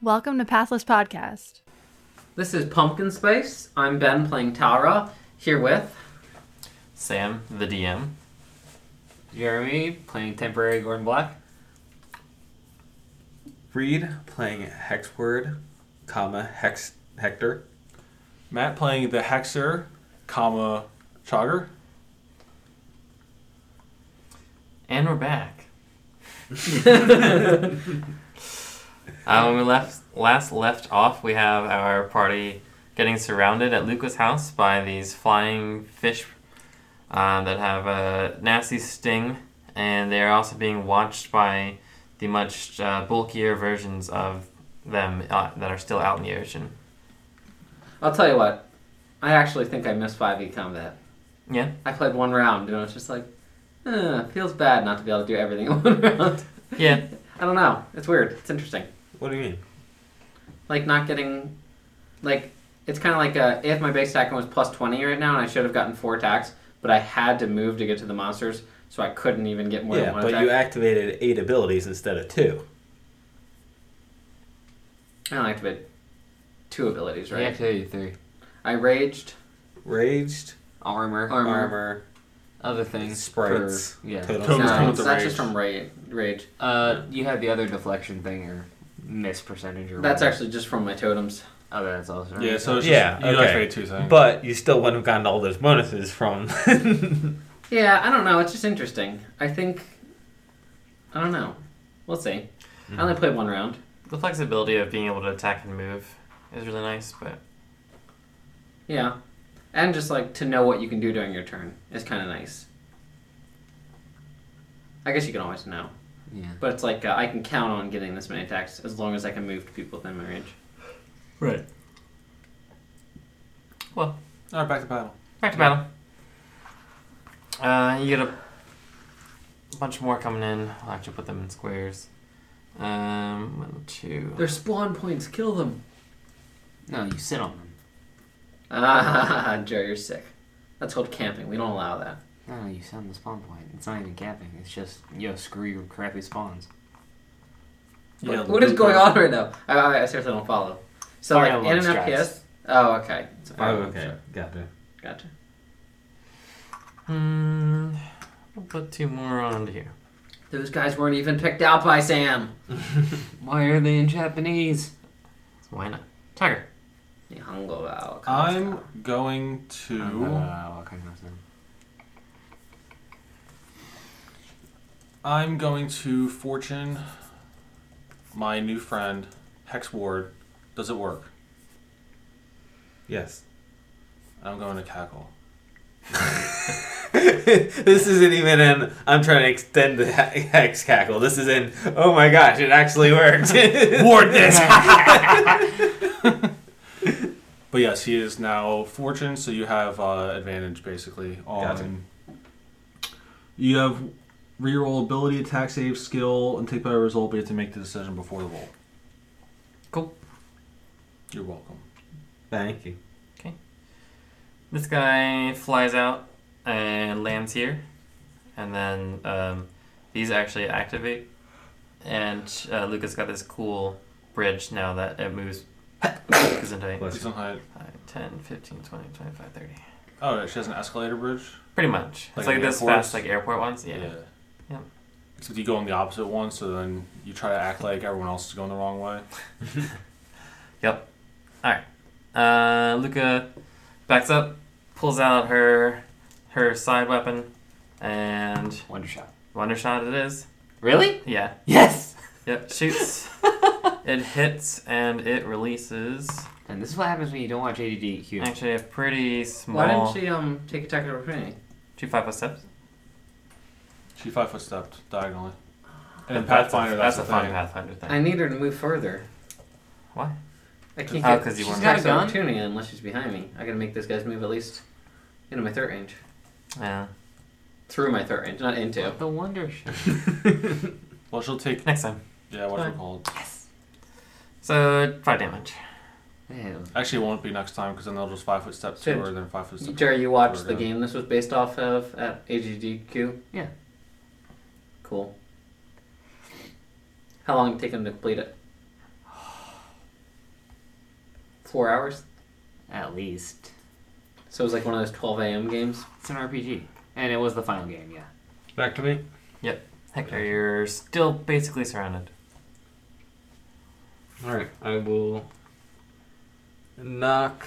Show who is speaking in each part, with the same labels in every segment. Speaker 1: Welcome to Pathless Podcast.
Speaker 2: This is Pumpkin Spice. I'm Ben playing Tara, here with
Speaker 3: Sam, the DM.
Speaker 4: Jeremy playing temporary Gordon Black.
Speaker 5: Reed playing Hexword, comma Hex Hector.
Speaker 6: Matt playing the Hexer, comma Chogger.
Speaker 3: And we're back. uh, when we left last left off, we have our party getting surrounded at Luca's house by these flying fish uh, that have a nasty sting, and they are also being watched by the much uh, bulkier versions of them uh, that are still out in the ocean.
Speaker 2: I'll tell you what. I actually think I missed 5e combat.
Speaker 3: Yeah.
Speaker 2: I played one round and I was just like, eh, feels bad not to be able to do everything in one round.
Speaker 3: Yeah.
Speaker 2: I don't know. It's weird. It's interesting.
Speaker 5: What do you mean?
Speaker 2: Like not getting, like it's kind of like uh if my base attack was plus 20 right now and I should have gotten four attacks, but I had to move to get to the monsters, so I couldn't even get more
Speaker 5: yeah,
Speaker 2: than one
Speaker 5: but
Speaker 2: attack.
Speaker 5: you activated eight abilities instead of two.
Speaker 2: I don't activate two abilities, right?
Speaker 4: Right. Actually, three.
Speaker 2: I raged
Speaker 5: Raged,
Speaker 4: Armor.
Speaker 2: armor.
Speaker 5: armor,
Speaker 4: Other things.
Speaker 5: Sprites.
Speaker 4: for- yeah.
Speaker 5: totems.
Speaker 6: Totems.
Speaker 2: No,
Speaker 6: Comes
Speaker 2: Oh, that's
Speaker 6: with the
Speaker 2: just
Speaker 6: rage.
Speaker 2: from ra- rage.
Speaker 4: Uh, you had the other deflection thing or miss percentage or
Speaker 2: That's
Speaker 4: whatever.
Speaker 2: actually just from my totems.
Speaker 4: Oh, that's also. right.
Speaker 6: Yeah, so it's
Speaker 5: Yeah,
Speaker 6: just, you
Speaker 5: okay.
Speaker 6: okay. activate two things.
Speaker 5: But you still wouldn't have gotten all those bonuses from.
Speaker 2: Yeah, I don't know. It's just interesting. I think. I don't know. We'll see. I
Speaker 4: Hmm.
Speaker 2: only played one round.
Speaker 3: The flexibility of being able to attack and move is really nice, but
Speaker 2: Yeah. And just like to know what you can do during your turn is kind of nice. I guess you can always know.
Speaker 4: Yeah.
Speaker 2: But it's like uh, I can count on getting this many attacks as long as I can move to people within my range.
Speaker 3: right.
Speaker 6: All right, back to battle.
Speaker 5: Oh,
Speaker 3: Back to battle. Uh, you get a bunch more coming in. I'll actually put them in squares. Um, one, two.
Speaker 2: Their spawn points. Kill them.
Speaker 4: No, you sit on them.
Speaker 2: Ah, Joe, you're sick. That's called camping. We don't allow that.
Speaker 4: No, no, you sit on the spawn point. It's not even capping. It's just yo, screw your crappy spawns.
Speaker 2: What- what is going on right now? I, I, I seriously don't follow. So
Speaker 4: Fire
Speaker 2: like in an
Speaker 4: alarm strikes.
Speaker 2: FPS. Oh, okay. It's a
Speaker 5: oh,
Speaker 2: fire alarm
Speaker 5: okay.
Speaker 2: strike.
Speaker 5: Gotcha.
Speaker 2: Gotcha.
Speaker 3: Hmm. We'll put two more on here.
Speaker 2: Those guys weren't even picked out by Sam.
Speaker 4: Why are they in Japanese?
Speaker 3: So why not? Tiger.
Speaker 2: Ni hang go bao,
Speaker 6: I'm
Speaker 2: kamsahamnida.
Speaker 6: going
Speaker 4: I don't
Speaker 6: to.
Speaker 4: know, uh, what kind of them?
Speaker 6: I'm going to fortune my new friend, Hex Ward. Does it work?
Speaker 5: Yes.
Speaker 6: I'm going to cackle.
Speaker 5: this isn't even in. I'm trying to extend the he- hex cackle. This is in. Oh my gosh! It actually worked.
Speaker 6: Ward this! but yes, he is now fortune, so you have uh, advantage basically on.
Speaker 5: Gotcha.
Speaker 6: You have reroll ability, attack, save, skill, and take by result, but you have to make the decision before the roll.
Speaker 3: Cool.
Speaker 6: You're welcome.
Speaker 5: Thank you.
Speaker 3: This guy flies out and lands here, and then um, these actually activate. And uh, Luca's got this cool bridge now that it moves. Isn't it?
Speaker 5: Bless you.
Speaker 6: He's on high-
Speaker 3: 10, 15, 20, 25, 30.
Speaker 6: Oh, she has an escalator bridge.
Speaker 3: Pretty much.
Speaker 6: Like
Speaker 3: it's like
Speaker 6: the
Speaker 3: this
Speaker 6: airports?
Speaker 3: fast, like airport ones. Yeah. Yeah.
Speaker 6: Except you go on the opposite one, so then you try to act like everyone else is going the wrong way.
Speaker 3: Uh, Luca backs up, pulls out her her side weapon, and
Speaker 4: Wonder shot.
Speaker 3: wonder shot it is.
Speaker 4: Really?
Speaker 3: Yeah.
Speaker 4: Yes.
Speaker 3: Yep. Shoots. it hits and it releases.
Speaker 4: And this is what happens when you don't watch ADD Huge.
Speaker 3: Actually, a pretty small.
Speaker 2: Why didn't she um take attack of opportunity?
Speaker 3: Two five foot steps.
Speaker 6: She five foot stepped diagonally.
Speaker 2: Ah.
Speaker 6: And
Speaker 3: Then
Speaker 6: in Pathfinder, that's,
Speaker 3: a
Speaker 6: the
Speaker 3: fun
Speaker 6: thing.
Speaker 3: Pathfinder thing.
Speaker 2: I need her to move further.
Speaker 3: Why?
Speaker 2: I can't
Speaker 3: Oh,
Speaker 2: get
Speaker 3: 'cause you
Speaker 2: she's
Speaker 3: weren't-
Speaker 2: got
Speaker 4: She's got a
Speaker 2: a gun?
Speaker 4: gun?
Speaker 2: opportunity unless she's behind me. I gotta make this guy's move at least into my third range.
Speaker 3: Yeah.
Speaker 2: Through my third range, not into.
Speaker 4: The wonder shot.
Speaker 6: Well, she'll take.
Speaker 3: Next time.
Speaker 6: Yeah, what's
Speaker 3: Fine.
Speaker 6: it called?
Speaker 3: So five damage.
Speaker 4: Ew.
Speaker 6: Actually, it won't be next time because then they'll just five foot step to
Speaker 2: Good.
Speaker 6: her, then five foot step.
Speaker 2: Jerry, you watched the
Speaker 6: We're good.
Speaker 2: game this was based off of at AGDQ?
Speaker 4: Yeah.
Speaker 2: Cool. How long did it take him to complete it? Four hours.
Speaker 4: At least.
Speaker 2: So it was like one of those 12 a.m. games.
Speaker 4: It's an RPG. And it was the final game, yeah.
Speaker 5: Back to me.
Speaker 3: Hector, you're still basically surrounded.
Speaker 5: All right, I will knock.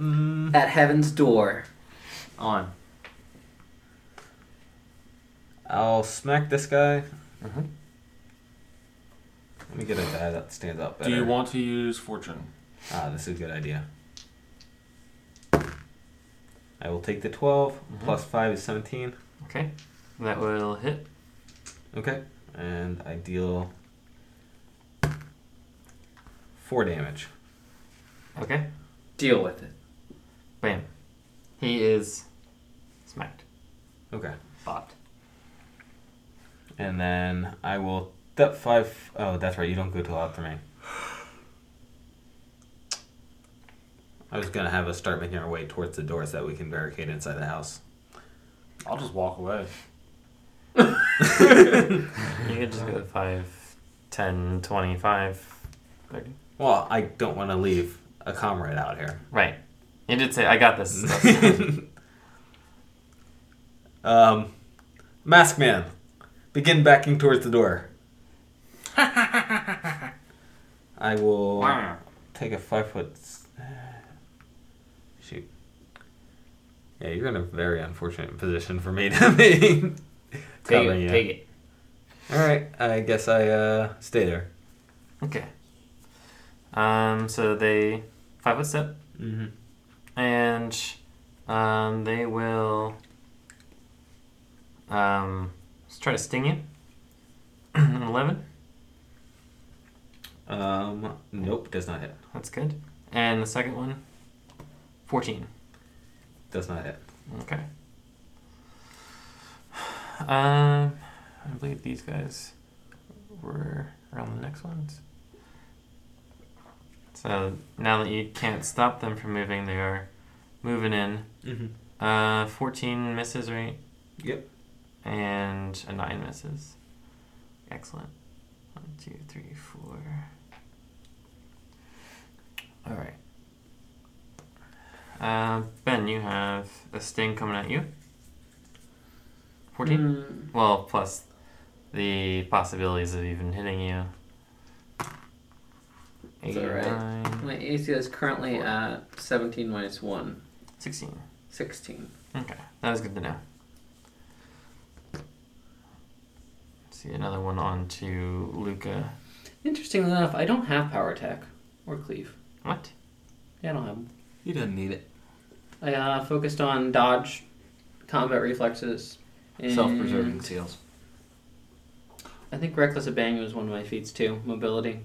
Speaker 5: Mm,
Speaker 2: At heaven's door.
Speaker 4: On.
Speaker 5: I'll smack this guy.
Speaker 6: Mm-hmm.
Speaker 4: Mhm.
Speaker 5: Let me get a die that stands out better.
Speaker 6: Do you want to use fortune?
Speaker 5: Ah, this is a good idea. I will take the 12,
Speaker 6: Mm-hmm.
Speaker 3: Mhm.
Speaker 5: plus 5 is 17.
Speaker 3: Okay, that will hit.
Speaker 5: Okay. And I deal 4 damage.
Speaker 3: Okay,
Speaker 2: Deal with it.
Speaker 3: bam. He is smacked,
Speaker 5: Okay.
Speaker 3: bopped.
Speaker 5: And then I will. That 5. Oh, that's right, you don't go till after me. I was gonna have us start making our way towards the door so that we can barricade inside the house.
Speaker 6: I'll just walk away.
Speaker 3: You can just go 5, 10, 25, 30.
Speaker 5: Well, I don't want to leave a comrade out here.
Speaker 3: Right. You did say, I got this.
Speaker 5: um, Mask Man, begin backing towards the door. I will take a five foot. s- Shoot. Yeah, you're in a very unfortunate position for me to be.
Speaker 4: Take
Speaker 5: covering
Speaker 4: it.
Speaker 5: you.
Speaker 4: Take it.
Speaker 5: All right, I guess I uh, stay there.
Speaker 3: okay. Um, so they, 5 foot step,
Speaker 5: Mm-hmm.
Speaker 3: and um, they will um, just try to sting you. An 11.
Speaker 5: Um, nope, does not hit.
Speaker 3: That's good. And the second one, 14.
Speaker 5: Does not hit.
Speaker 3: Okay. Um, I believe these guys were around the next ones. So now that you can't stop them from moving, they are moving in.
Speaker 5: Mm-hmm.
Speaker 3: Uh, 14 misses, right?
Speaker 5: Yep.
Speaker 3: And a 9 misses. Excellent. One, two, three, four. Alright. Uh, ben, you have a sting coming at you. 14?
Speaker 2: Mm,
Speaker 3: Well, plus the possibilities of even hitting you. Eight,
Speaker 2: Is that right?
Speaker 3: nine,
Speaker 2: my AC is currently at 17 minus 1.
Speaker 3: 16.
Speaker 2: 16.
Speaker 3: Okay, that is good to know. See another one on to Luca.
Speaker 2: Interestingly enough, I don't have power attack or cleave.
Speaker 3: What?
Speaker 2: Yeah, I don't have them.
Speaker 5: He doesn't need it.
Speaker 2: I uh, focused on dodge, combat reflexes, and
Speaker 4: Self preserving seals.
Speaker 2: I think reckless abandon was one of my feats too. Mobility.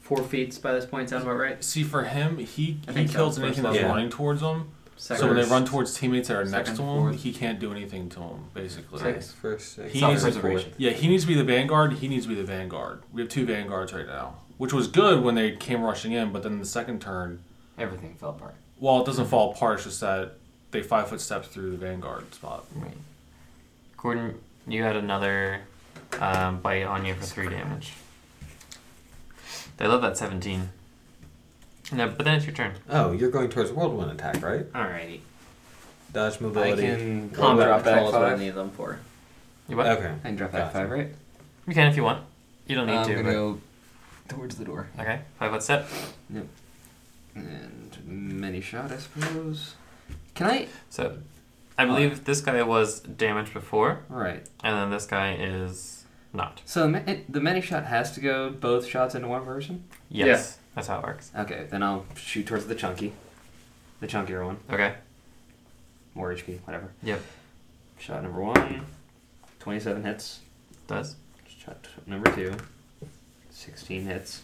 Speaker 2: Four feats by this point sound about right.
Speaker 6: See, for him, he,
Speaker 2: I
Speaker 6: he
Speaker 2: think so.
Speaker 6: kills
Speaker 2: First
Speaker 6: anything that's
Speaker 5: level.
Speaker 6: running towards him.
Speaker 2: Second.
Speaker 6: So when they run towards teammates that are next
Speaker 2: Second,
Speaker 6: to him,
Speaker 2: fourth.
Speaker 6: he can't do anything to him, basically.
Speaker 5: Six, first, six.
Speaker 6: He
Speaker 5: Self-preservation.
Speaker 4: Self-preservation.
Speaker 6: Yeah, he needs to be the vanguard. He needs to be the vanguard. We have two vanguards right now, which was good when they came rushing in. But then the second turn,
Speaker 4: Everything fell apart.
Speaker 6: well, it doesn't fall apart. It's just that they five foot steps through the vanguard spot.
Speaker 3: Right. Gordon, you had another um, bite on you for three damage. They love that 17. No, but then it's your turn.
Speaker 5: Oh, you're going towards whirlwind attack, right?
Speaker 4: Alrighty.
Speaker 5: Dodge mobility.
Speaker 4: I can
Speaker 2: Combat
Speaker 5: Drop back
Speaker 2: control is what I
Speaker 5: five.
Speaker 2: need them for.
Speaker 3: You what?
Speaker 5: Okay.
Speaker 4: I can drop that five, right?
Speaker 3: You can if you want. You don't need
Speaker 4: I'm
Speaker 3: to.
Speaker 4: gonna
Speaker 3: but-
Speaker 4: go towards the door.
Speaker 3: Okay, five foot step.
Speaker 4: And mini shot, I suppose. Can I?
Speaker 3: So, I
Speaker 4: Uh,
Speaker 3: believe this guy was damaged before,
Speaker 4: Right.
Speaker 3: and then this guy is not.
Speaker 4: So the ma- the mini shot has to go both shots into one person.
Speaker 3: Yes,
Speaker 2: Yes.
Speaker 3: that's how it works.
Speaker 4: Okay, then I'll shoot towards the chunky, the chunkier one,
Speaker 3: Okay.
Speaker 4: more HP, whatever.
Speaker 3: Yep.
Speaker 4: Shot number one, 27 hits.
Speaker 3: Does.
Speaker 4: Shot t- number two, 16 hits.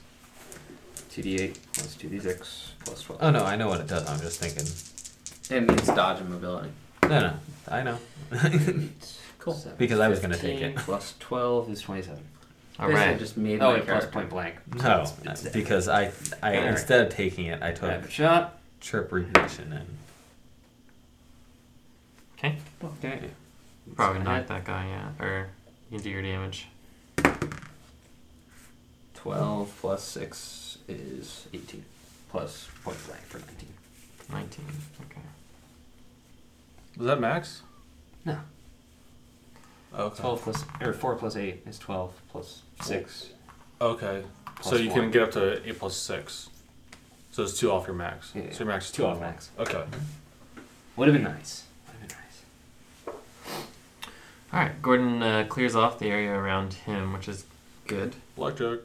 Speaker 4: 2d8 plus 2d6 plus 12.
Speaker 5: Oh no, I know what it does. I'm just thinking.
Speaker 2: It means dodge and mobility.
Speaker 5: No, no, I know.
Speaker 2: Cool.
Speaker 5: Because I was gonna take it.
Speaker 4: 15 Plus 12 is 27.
Speaker 3: All
Speaker 2: Basically
Speaker 3: right.
Speaker 2: just made
Speaker 4: Oh,
Speaker 2: my
Speaker 4: wait, plus
Speaker 2: character.
Speaker 4: point blank.
Speaker 5: No,
Speaker 4: It's- it's-
Speaker 5: because I, I
Speaker 4: Alright.
Speaker 5: instead of taking it, I took
Speaker 4: Rapid shot.
Speaker 5: trip recondition and
Speaker 3: Okay.
Speaker 4: Okay.
Speaker 3: Probably
Speaker 4: Hit.
Speaker 3: uh, knock that guy, yeah. Or you can do your damage.
Speaker 4: 12 plus 6 is 18. Plus point blank for 19.
Speaker 3: 19. Okay.
Speaker 6: Was that max?
Speaker 4: No.
Speaker 6: Okay.
Speaker 4: 12 plus, or 4 plus 8 is 12 plus 6.
Speaker 6: Okay. so
Speaker 4: Plus
Speaker 6: you
Speaker 4: four.
Speaker 6: can get up to eight plus six. So it's two off your max.
Speaker 4: Yeah, yeah.
Speaker 6: So your max is
Speaker 4: Two off
Speaker 6: 12.
Speaker 4: max.
Speaker 6: Okay.
Speaker 4: Would have been nice. Would have been nice.
Speaker 3: All right. Gordon uh, clears off the area around him, which is good.
Speaker 6: Blackjack.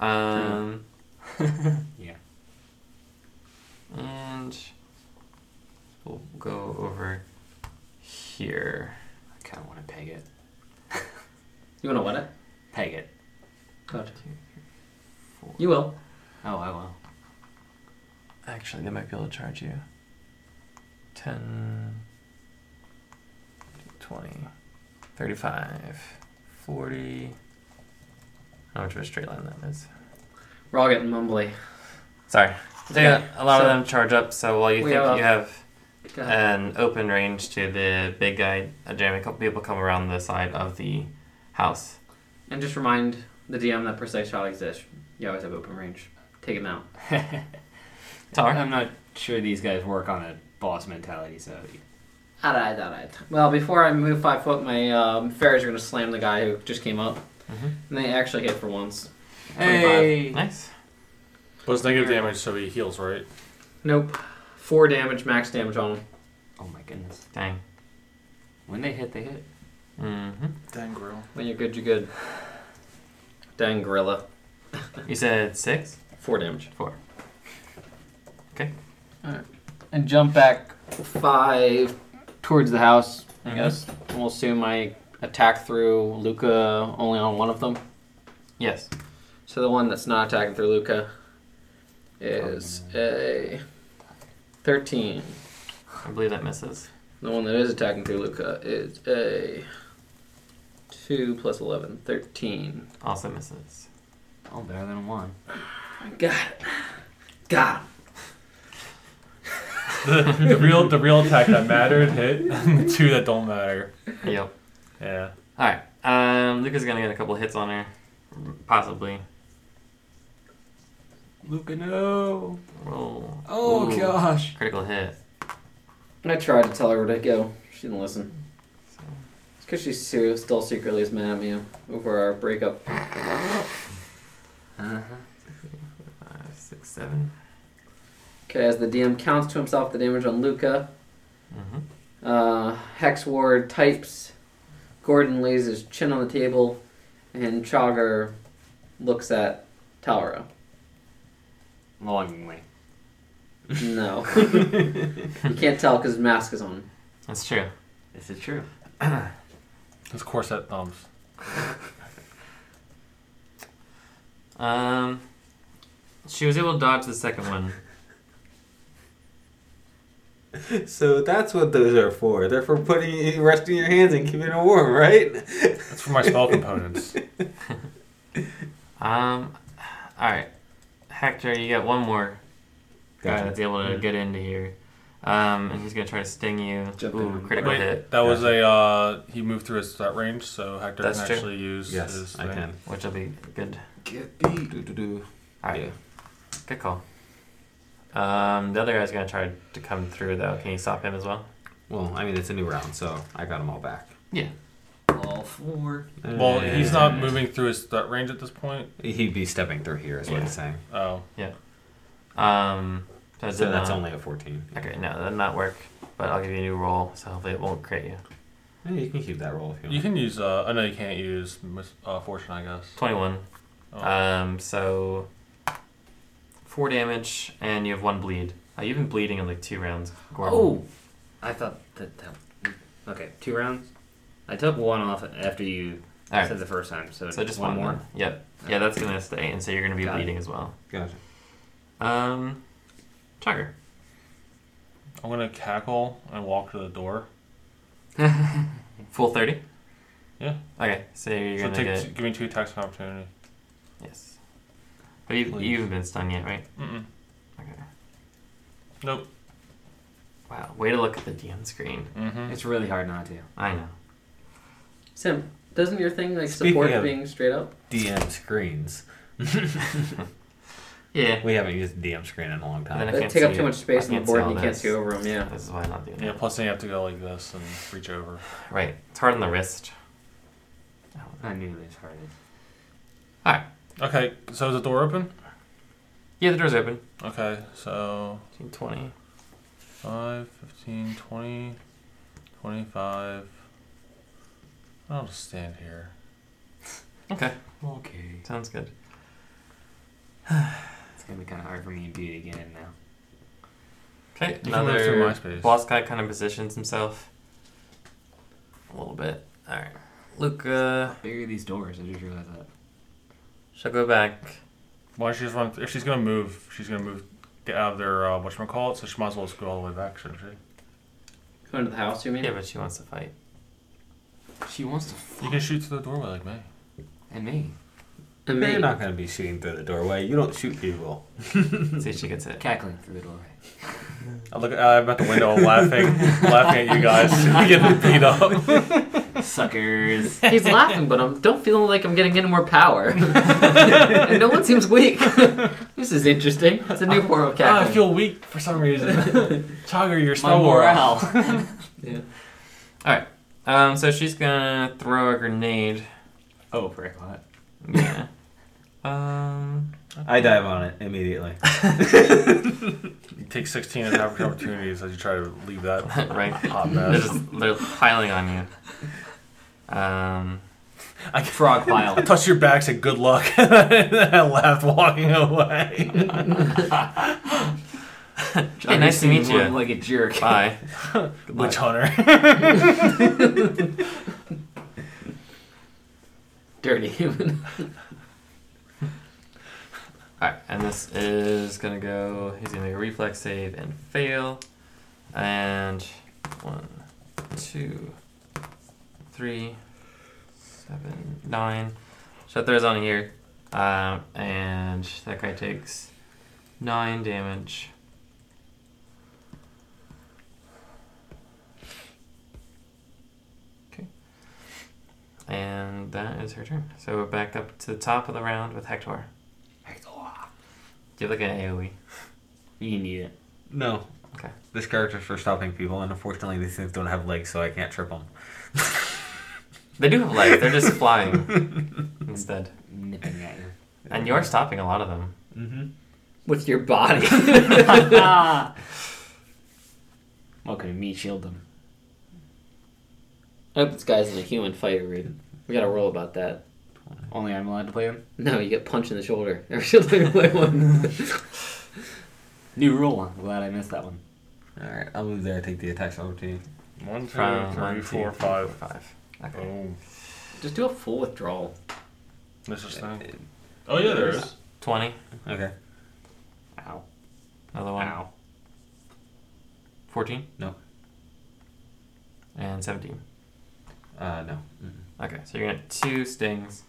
Speaker 3: Um,
Speaker 4: Yeah.
Speaker 3: and we'll go over here.
Speaker 4: I kind of want to peg it.
Speaker 2: You want to what it?
Speaker 4: Peg it.
Speaker 2: Gotcha.
Speaker 3: Two, three, four.
Speaker 2: You will.
Speaker 4: Oh, I will.
Speaker 3: Actually, they might be able to charge you. 10, 20, 35, 40. How much of a straight line that is.
Speaker 2: We're all getting mumbly.
Speaker 3: Sorry. So yeah, a lot
Speaker 2: so-
Speaker 3: of them charge up, so while you
Speaker 2: We
Speaker 3: think
Speaker 2: have a-
Speaker 3: you have
Speaker 2: Go ahead.
Speaker 4: Uh,
Speaker 3: an open range to the big guy, uh, Jeremy, a couple people come around the side of the house.
Speaker 2: And just remind the DM that precise shot exists. You always have open range. Take him out.
Speaker 3: Tar?
Speaker 4: I'm not sure these guys work on a boss mentality, so.
Speaker 2: Alright, alright. Well, before I move five foot, my um, fairies are going to slam the guy who just came up.
Speaker 4: Mm-hmm.
Speaker 2: And they actually hit for once. Hey!
Speaker 3: Nice.
Speaker 6: But it's negative damage, so he heals, right?
Speaker 2: Nope. Four damage, max damage on him.
Speaker 4: Oh my goodness.
Speaker 3: Dang.
Speaker 4: When they hit, they hit.
Speaker 3: Mm-hmm.
Speaker 6: Dang, grill.
Speaker 2: When you're good, you're good. Dang gorilla.
Speaker 3: You said six?
Speaker 2: Four damage.
Speaker 3: Four.
Speaker 2: And jump back five Mm-hmm. towards the house, I guess. And we'll assume I attack through Luca only on one of them.
Speaker 3: Yes.
Speaker 2: So the one that's not attacking through Luca is a 13.
Speaker 3: I believe that misses.
Speaker 2: The one that is attacking through Luca is a 2 plus 11, 13.
Speaker 3: Also misses.
Speaker 4: Oh, better than one.
Speaker 2: Got it. Got him.
Speaker 6: the, the real the real attack that mattered hit. the two that don't matter.
Speaker 3: Yep.
Speaker 6: Yeah.
Speaker 3: All right. Um, Luca's gonna get a couple hits on her, possibly.
Speaker 4: Luca, no!
Speaker 3: Roll.
Speaker 4: Oh,
Speaker 3: Ooh,
Speaker 4: gosh!
Speaker 3: Critical hit.
Speaker 2: I tried to tell her to go. She didn't listen. It's because she's serious, still secretly is mad at me over our breakup.
Speaker 4: Uh-huh.
Speaker 3: Five, six, seven.
Speaker 2: Okay, as the DM counts to himself the damage on Luca,
Speaker 3: Mm-hmm.
Speaker 2: uh, Hex Ward types. Gordon lays his chin on the table, and Chogger looks at Talra.
Speaker 4: Longingly.
Speaker 2: No, you can't tell because his mask is on.
Speaker 3: That's true.
Speaker 4: This is true.
Speaker 6: His corset thumbs.
Speaker 3: Um, she was able to dodge the second one.
Speaker 5: So that's what those are for. They're for putting resting your hands and keeping it warm, right?
Speaker 6: That's for my spell components.
Speaker 3: Um, all right, Hector, you got one more guy that's able to get into here. Um, and he's gonna try to sting you.
Speaker 2: Jump
Speaker 3: Ooh,
Speaker 2: in.
Speaker 3: critical hit,
Speaker 6: that was a uh, he moved through his threat range, so Hector
Speaker 3: That's
Speaker 6: can
Speaker 3: true.
Speaker 6: actually use his
Speaker 5: Yes, I
Speaker 6: thing.
Speaker 5: can.
Speaker 3: which will be good.
Speaker 5: Get beat. Do, do, do.
Speaker 4: Ah,
Speaker 3: All right, good call. Um, the other guy's gonna try to come through though. Can you stop him as well?
Speaker 5: Well, I mean, it's a new round, so I got them all back.
Speaker 2: All four.
Speaker 6: Well, he's not moving through his threat range at this point.
Speaker 5: Uh, He'd be stepping through here, is what
Speaker 3: Yeah.
Speaker 5: it's saying.
Speaker 6: Oh.
Speaker 3: Um, so, it
Speaker 5: So
Speaker 3: did
Speaker 5: that's
Speaker 3: not-
Speaker 5: only a 14.
Speaker 3: Okay, no, that did not work. But I'll give you a new roll, so hopefully it won't crit you.
Speaker 5: Yeah, you can keep that roll if you want.
Speaker 6: You can use uh I know you can't use mis- uh, fortune, I guess.
Speaker 3: Twenty-one.
Speaker 6: Oh.
Speaker 3: Um, so four damage, and you have one bleed. Uh, you've been bleeding in like two rounds, Gordon.
Speaker 4: Oh! I thought that, that. Okay, two rounds? I took one off after you
Speaker 3: All right.
Speaker 4: said the first time, so,
Speaker 3: So just
Speaker 4: one, more.
Speaker 3: then. Yep. Yeah, that's gonna stay, and so you're gonna be
Speaker 4: Got it.
Speaker 3: bleeding as well.
Speaker 5: Gotcha.
Speaker 3: Um, Tiger.
Speaker 6: I'm gonna cackle and walk to the door.
Speaker 3: Full thirty.
Speaker 6: Yeah.
Speaker 3: Okay, so you're
Speaker 6: So
Speaker 3: gonna
Speaker 6: take,
Speaker 3: get
Speaker 6: give me two attacks of opportunity.
Speaker 3: yes. But you,
Speaker 6: Please.
Speaker 3: you haven't been stunned yet, right?
Speaker 6: Mm-mm.
Speaker 3: Okay.
Speaker 6: Nope.
Speaker 3: Wow, way to look at the DM screen.
Speaker 6: Mm-hmm.
Speaker 4: It's really hard not to.
Speaker 3: I know.
Speaker 2: Sim. Doesn't your thing like
Speaker 5: Speaking
Speaker 2: support
Speaker 5: of-
Speaker 2: being straight up?
Speaker 5: DM screens.
Speaker 3: Yeah.
Speaker 5: We haven't used DM screen in a long
Speaker 3: And
Speaker 5: time.
Speaker 3: I
Speaker 2: They
Speaker 3: can't
Speaker 2: take up
Speaker 3: see
Speaker 2: too
Speaker 3: it.
Speaker 2: much space
Speaker 3: I
Speaker 2: on the
Speaker 3: can't
Speaker 2: board
Speaker 3: see
Speaker 2: and you
Speaker 3: all
Speaker 2: can't
Speaker 3: this.
Speaker 2: see over them. Yeah.
Speaker 3: This is why I'm not doing
Speaker 6: Yeah,
Speaker 3: that.
Speaker 6: plus then you have to go like this and reach over.
Speaker 3: Right. It's hard on the wrist.
Speaker 4: I knew it was hard.
Speaker 6: Okay, so is the door open?
Speaker 3: Yeah, the door's open.
Speaker 6: Okay, so
Speaker 3: 20.
Speaker 6: 5, 15, 20, 25. I'll just stand here.
Speaker 3: Okay.
Speaker 4: Okay.
Speaker 3: Sounds good.
Speaker 4: It's gonna be kind of hard for me to do it again now.
Speaker 3: Okay.
Speaker 6: You can move through my
Speaker 3: Another
Speaker 6: space.
Speaker 3: boss guy kind of positions himself a little bit. All right. Luca
Speaker 4: Bigger these doors. I just realized that.
Speaker 3: shall go back.
Speaker 6: Why don't she just run? If she's gonna move, she's gonna move get out of their uh, whatchamacallit, so she might as well just go all the way back, shouldn't she?
Speaker 2: Going to the house, you mean?
Speaker 3: Yeah, but she wants to fight.
Speaker 4: She wants to. F-
Speaker 6: You can shoot through the doorway like me.
Speaker 4: and me.
Speaker 2: And me.
Speaker 5: You're not going to be shooting through the doorway. You don't shoot people.
Speaker 3: See if she gets it.
Speaker 4: Cackling through the doorway.
Speaker 6: I look. uh, I'm at the window laughing, laughing at you guys getting beat up.
Speaker 4: Suckers.
Speaker 2: He's laughing, but I am don't feel like I'm getting any more power. and no one seems weak. this is interesting. It's a new form of cackling.
Speaker 6: weak for some reason. Chugger, you're
Speaker 4: My morale.
Speaker 2: Yeah.
Speaker 3: Um, so she's gonna throw a grenade.
Speaker 4: oh, prick what?
Speaker 3: Yeah. um,
Speaker 5: I dive on it immediately.
Speaker 6: You take 16 and average opportunities as you try to leave that
Speaker 3: right.
Speaker 6: hot
Speaker 3: They're
Speaker 6: mess.
Speaker 3: just they're piling on you. Um,
Speaker 4: Frog pile.
Speaker 6: I touched your back, said good luck, and I left walking away.
Speaker 3: hey, nice to meet you.
Speaker 4: Like a jerk.
Speaker 3: Bye. Good
Speaker 6: Witch
Speaker 3: luck.
Speaker 6: hunter.
Speaker 2: Dirty human.
Speaker 3: Alright, and this is gonna go. He's gonna make a reflex save and fail. And one, two, three, seven, nine. So throws on here. Um, and that guy takes nine damage. Okay. And that is her turn. So we're back up to the top of the round with Hector. Do you have like an AoE?
Speaker 4: You need it.
Speaker 5: No.
Speaker 3: Okay.
Speaker 5: This character's for stopping people, and unfortunately, these things don't have legs, so I can't trip them.
Speaker 3: They do have legs. They're just flying instead.
Speaker 4: Nipping at you.
Speaker 3: And you're stopping a lot of them.
Speaker 5: Mm-hmm.
Speaker 2: With your body.
Speaker 4: Welcome to me, shield them.
Speaker 2: I hope this guy's in a human fight, Reed. We gotta roll about that.
Speaker 4: Only I'm allowed to play them.
Speaker 2: No, you get punched in the shoulder every time you play one.
Speaker 4: New rule. I'm glad I missed that one.
Speaker 5: Alright, I'll move there. Take the attacks opportunity.
Speaker 6: One, two,
Speaker 3: From one,
Speaker 6: three,
Speaker 3: two, three, four,
Speaker 6: four, five. Oh.
Speaker 3: five. Okay.
Speaker 6: Boom.
Speaker 2: Just do a full withdrawal.
Speaker 6: This is thing. Oh yeah, there is.
Speaker 3: Twenty.
Speaker 5: Okay.
Speaker 4: Ow.
Speaker 3: Another one.
Speaker 4: Ow.
Speaker 3: Fourteen.
Speaker 5: No.
Speaker 3: And seventeen.
Speaker 5: Uh, no. Mm-mm.
Speaker 3: Okay, so you're gonna get two stings,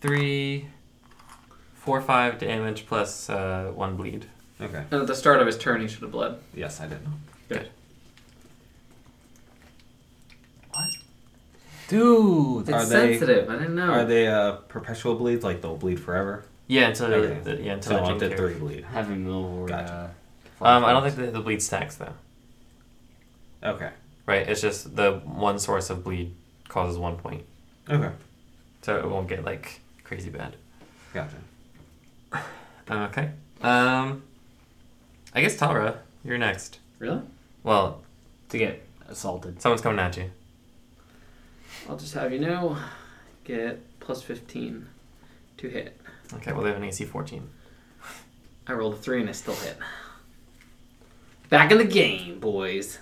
Speaker 3: three, four, five damage plus uh, one bleed.
Speaker 5: Okay.
Speaker 2: And at the start of his turn, he should have bled.
Speaker 5: Yes, I did know.
Speaker 4: Dude.
Speaker 2: It's
Speaker 5: Are they-
Speaker 2: sensitive. I didn't know.
Speaker 5: Are they uh, perpetual bleeds? Like they'll bleed forever?
Speaker 3: Yeah, until
Speaker 5: Okay.
Speaker 3: the, yeah until
Speaker 5: So I
Speaker 3: they
Speaker 5: want
Speaker 3: take
Speaker 5: the
Speaker 3: care.
Speaker 5: three bleed.
Speaker 4: Having the little.
Speaker 5: Gotcha.
Speaker 4: Uh,
Speaker 3: Um, I don't think the, the bleed stacks though.
Speaker 5: Okay.
Speaker 3: Right, it's just the one source of bleed causes one point,
Speaker 5: Okay.
Speaker 3: so it won't get like crazy bad.
Speaker 5: Gotcha.
Speaker 3: Okay. Um, I guess Tara, you're next.
Speaker 2: Really?
Speaker 3: Well,
Speaker 4: to get assaulted.
Speaker 3: someone's coming at you.
Speaker 2: I'll just have you know. Get plus 15 to hit.
Speaker 3: Okay. Well, they have an AC 14.
Speaker 2: I rolled a three and I still hit. Back in the game, boys.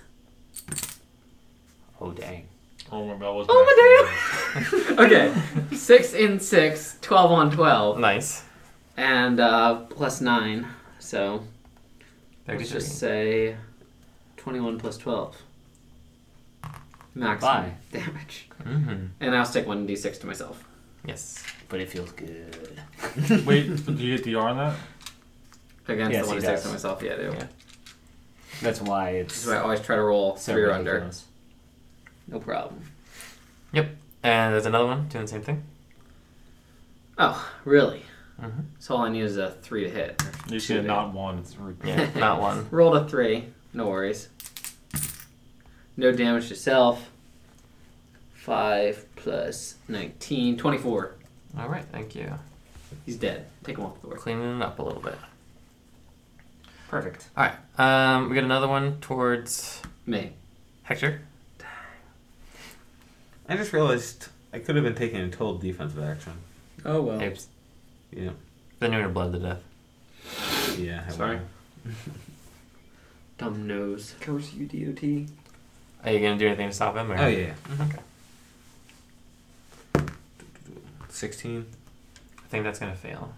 Speaker 4: Oh dang.
Speaker 6: Oh my god, was
Speaker 2: Oh Okay, six in six, 12 on 12,
Speaker 3: Oh, Nice.
Speaker 2: and uh, plus nine. So let's
Speaker 3: 33.
Speaker 2: just say 21 plus 12. Maximum
Speaker 4: Bye.
Speaker 2: damage.
Speaker 3: Mm-hmm.
Speaker 2: And I'll stick 1d6 to myself.
Speaker 3: Yes.
Speaker 4: But it feels good.
Speaker 6: my god. Wait, do you get DR on that?
Speaker 2: Against
Speaker 4: Yes,
Speaker 2: the
Speaker 4: he
Speaker 2: 1d6
Speaker 4: does.
Speaker 2: to myself, yeah, I do.
Speaker 3: Yeah.
Speaker 4: That's why
Speaker 2: That's
Speaker 4: it's.
Speaker 2: why I always try to roll
Speaker 4: so
Speaker 2: three or under.
Speaker 4: ridiculous.
Speaker 2: No problem.
Speaker 3: And there's another one doing the same thing.
Speaker 2: Oh, really?
Speaker 3: Mhm.
Speaker 2: So all I need is a three to hit.
Speaker 6: You
Speaker 2: Two to
Speaker 6: should
Speaker 2: hit.
Speaker 6: not one. It's re-
Speaker 3: Yeah, not one.
Speaker 2: Rolled a three. No worries. No damage to self. Five plus 19. 24.
Speaker 3: All right, thank you.
Speaker 2: He's dead. Take him off the board.
Speaker 3: Cleaning it up a little bit.
Speaker 2: Perfect.
Speaker 3: All right, um, we got another one towards
Speaker 2: Me.
Speaker 3: Hector.
Speaker 5: I just realized I could have been taking a total defensive action.
Speaker 2: Oh, well.
Speaker 3: Apes.
Speaker 5: Yeah.
Speaker 3: Then you would have bled to death.
Speaker 5: Yeah. I
Speaker 2: Sorry.
Speaker 5: will.
Speaker 2: Dumb nose. Curse you, DOT.
Speaker 3: Are you gonna do anything to stop him? Or?
Speaker 5: Oh yeah.
Speaker 3: Okay.
Speaker 5: Sixteen
Speaker 3: I think that's gonna fail.